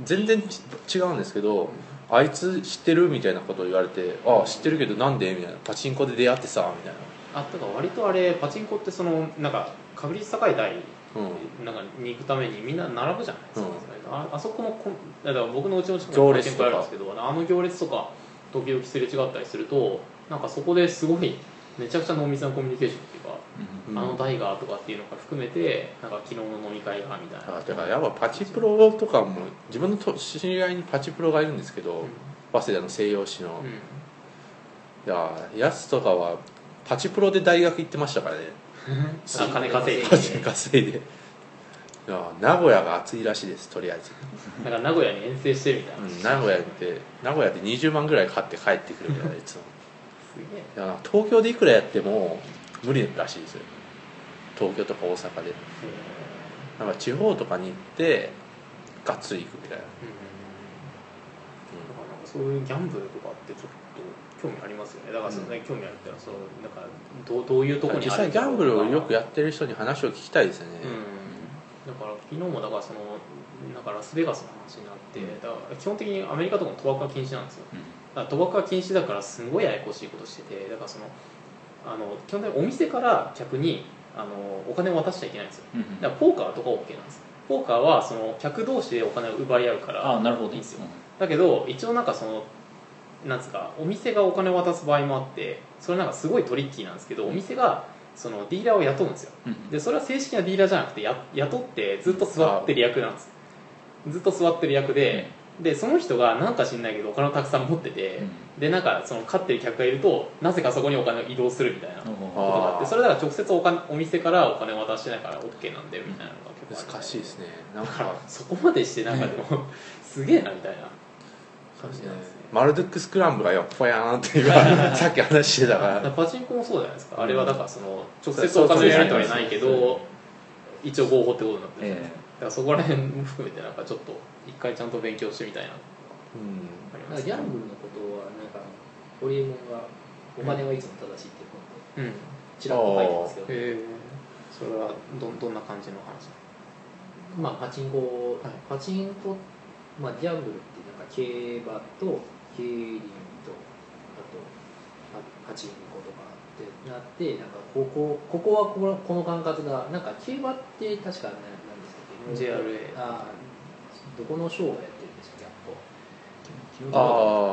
[SPEAKER 1] 全然ち違うんですけどあいつ知ってるみたいなことを言われてああ知ってるけどなんでみたいなパチンコで出会ってさみたい
[SPEAKER 3] あとか割とあれパチンコってそのなんか確率高い台
[SPEAKER 1] なうん
[SPEAKER 3] なんかに行くためにみんな並ぶじゃないですか、
[SPEAKER 1] うん
[SPEAKER 3] ああそこのこだから僕のうちの近く
[SPEAKER 1] 行
[SPEAKER 3] にパチ
[SPEAKER 1] 列
[SPEAKER 3] ン
[SPEAKER 1] とか
[SPEAKER 3] コあるんですけどあの行列とか時々すれ違ったりするとなんかそこですごいめちゃくちゃ濃密なコミュニケーションっていうか、
[SPEAKER 1] うん
[SPEAKER 3] あの台がとかっていうのが含めてなんか昨日の飲み会がみたいな
[SPEAKER 1] あだからやっぱパチプロとかも自分のと知り合いにパチプロがいるんですけど、早稲田の西洋市の
[SPEAKER 3] うん、うん
[SPEAKER 1] いややつとかはパチプロで大学行ってましたから ね
[SPEAKER 3] あ金稼いで
[SPEAKER 1] パチ稼いでいや名古屋が暑いらしいですとりあえず、
[SPEAKER 3] なんか名古屋に遠征してるみたいな、
[SPEAKER 1] うん名古屋って名古屋で20万ぐらい買って帰ってくるからいつも
[SPEAKER 3] すげえ
[SPEAKER 1] いや東京でいくらやっても無理らしいですよ東京とか大阪でなんか地方とかに行ってがっつり行くみたいな、
[SPEAKER 3] うん
[SPEAKER 1] うん
[SPEAKER 3] なんかそういうギャンブルとかってちょっと興味ありますよねだからそんなに興味あるってのはそのなんかどうどういうところに
[SPEAKER 1] 実
[SPEAKER 3] ある
[SPEAKER 1] 際ギャンブルをよく
[SPEAKER 3] や
[SPEAKER 1] やってる人に話を聞きたいですね、
[SPEAKER 3] うんだから昨日もだからそのなんかラスベガスの話になってだから基本的にアメリカとかも賭博は禁止なんですよだから賭博は禁止だからすごいややこしいことしててだからそのあの基本的にお店から客にあのお金を渡しちゃいけないんですよ
[SPEAKER 2] うん
[SPEAKER 3] だからポーカーとかは OK なんですよポーカーはその客同士でお金を奪い合うから
[SPEAKER 2] ああなるほど
[SPEAKER 3] いいんですよだけど一応なんかそのなんつうかお店がお金を渡す場合もあってそれなんかすごいトリッキーなんですけどお店がそのディーラーを雇うんですよ
[SPEAKER 2] うん
[SPEAKER 3] でそれは正式なディーラーじゃなくてや雇ってずっと座ってる役なんですずっと座ってる役で、でその人がなんか知んないけどお金をたくさん持ってて、でなんかその勝ってる客がいるとなぜかそこにお金を移動するみたいなこと
[SPEAKER 2] あ
[SPEAKER 3] があってそれだから直接お金お店からお金を渡してないから OK なんだよみたいなのが結構ある
[SPEAKER 1] 難しいですねなん
[SPEAKER 3] だから
[SPEAKER 1] か
[SPEAKER 3] そこまでしてなんかでも、すげえなみたいな
[SPEAKER 1] そう
[SPEAKER 3] 感
[SPEAKER 1] です
[SPEAKER 3] じ
[SPEAKER 1] ね
[SPEAKER 3] なんですね
[SPEAKER 1] マルドックスクランブルがよぽやーんって今さっき話してたか
[SPEAKER 3] だから
[SPEAKER 1] ら
[SPEAKER 3] パチンコもそうじゃないですかあれはだからその直接
[SPEAKER 1] そう
[SPEAKER 3] お金のやり取りはないけ
[SPEAKER 2] そうそう
[SPEAKER 3] ど一応合法ってことになってるじゃないですか
[SPEAKER 2] え
[SPEAKER 3] だからそこら辺も含めてなんかちょっと一回ちゃんと勉強してみたいなの
[SPEAKER 1] うん
[SPEAKER 3] ありま
[SPEAKER 4] なんか
[SPEAKER 3] す
[SPEAKER 4] ギャンブルのことはなんかホリエモンがお金はいつも正しいっていうこと
[SPEAKER 3] うんへ
[SPEAKER 4] ちらっと書いてますけど、
[SPEAKER 3] えそれはどんどんな感じの話
[SPEAKER 4] まあパチンコを、
[SPEAKER 3] はい
[SPEAKER 4] パチンコ、まあ、ギャンブルってなんか競馬と競輪とあとパパチンコとかってなってなんかここここはこのこの感覚がなんか競馬って確かななんですけど
[SPEAKER 3] JRA
[SPEAKER 4] あーどこの賞がやってるんですか
[SPEAKER 2] あ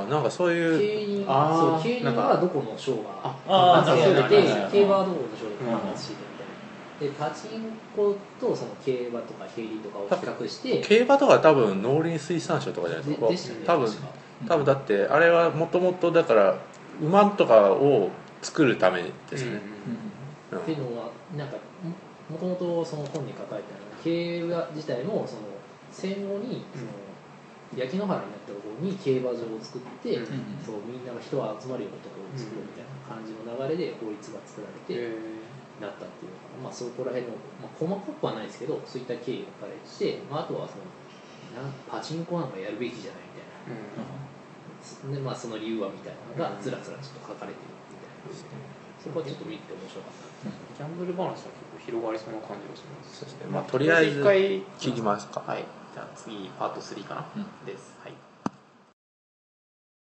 [SPEAKER 1] ああなんかそう
[SPEAKER 4] 競
[SPEAKER 1] いう
[SPEAKER 4] 輪
[SPEAKER 3] あー
[SPEAKER 4] そう競輪
[SPEAKER 3] なんか
[SPEAKER 4] はどこの賞が
[SPEAKER 2] あ
[SPEAKER 4] そう
[SPEAKER 2] なるほど
[SPEAKER 4] で
[SPEAKER 2] なるほど
[SPEAKER 4] 競馬はどこの勝利か話してみたいなでパチンコとその競馬とか競輪とかを比較して
[SPEAKER 1] 競馬とか多分農林水産省とかじゃないですか
[SPEAKER 4] ででしたね
[SPEAKER 1] 多分
[SPEAKER 4] 確か
[SPEAKER 1] 多分だってあれはもともとだから馬とかを作るためですね、うん
[SPEAKER 4] っていうのはなんかももともとその本に書かれてある競馬自体もその戦後にその、焼き野原になったところに競馬場を作って、
[SPEAKER 3] うん
[SPEAKER 4] そうみんなが人が集まるようなところを作ろうみたいな感じの流れで法律が作られて、
[SPEAKER 3] え
[SPEAKER 4] なったっていうのかなまあ、そこら辺の、まあ、細かくはないですけどそういった経緯が書かれてて、まあ、あとはそのなんパチンコなんかやるべきじゃないみたいなそで、まあ、その理由はみたいなのがずらずらちょっと書かれてるみたいな、そこはちょっと見て面白かった
[SPEAKER 3] ギャンブル話は結構広がりそうな感じがします
[SPEAKER 1] そうですねまあとりあえず
[SPEAKER 3] 一回
[SPEAKER 1] 聞きますか
[SPEAKER 3] はいじゃあ次パート3かな、
[SPEAKER 2] うん
[SPEAKER 3] ですはい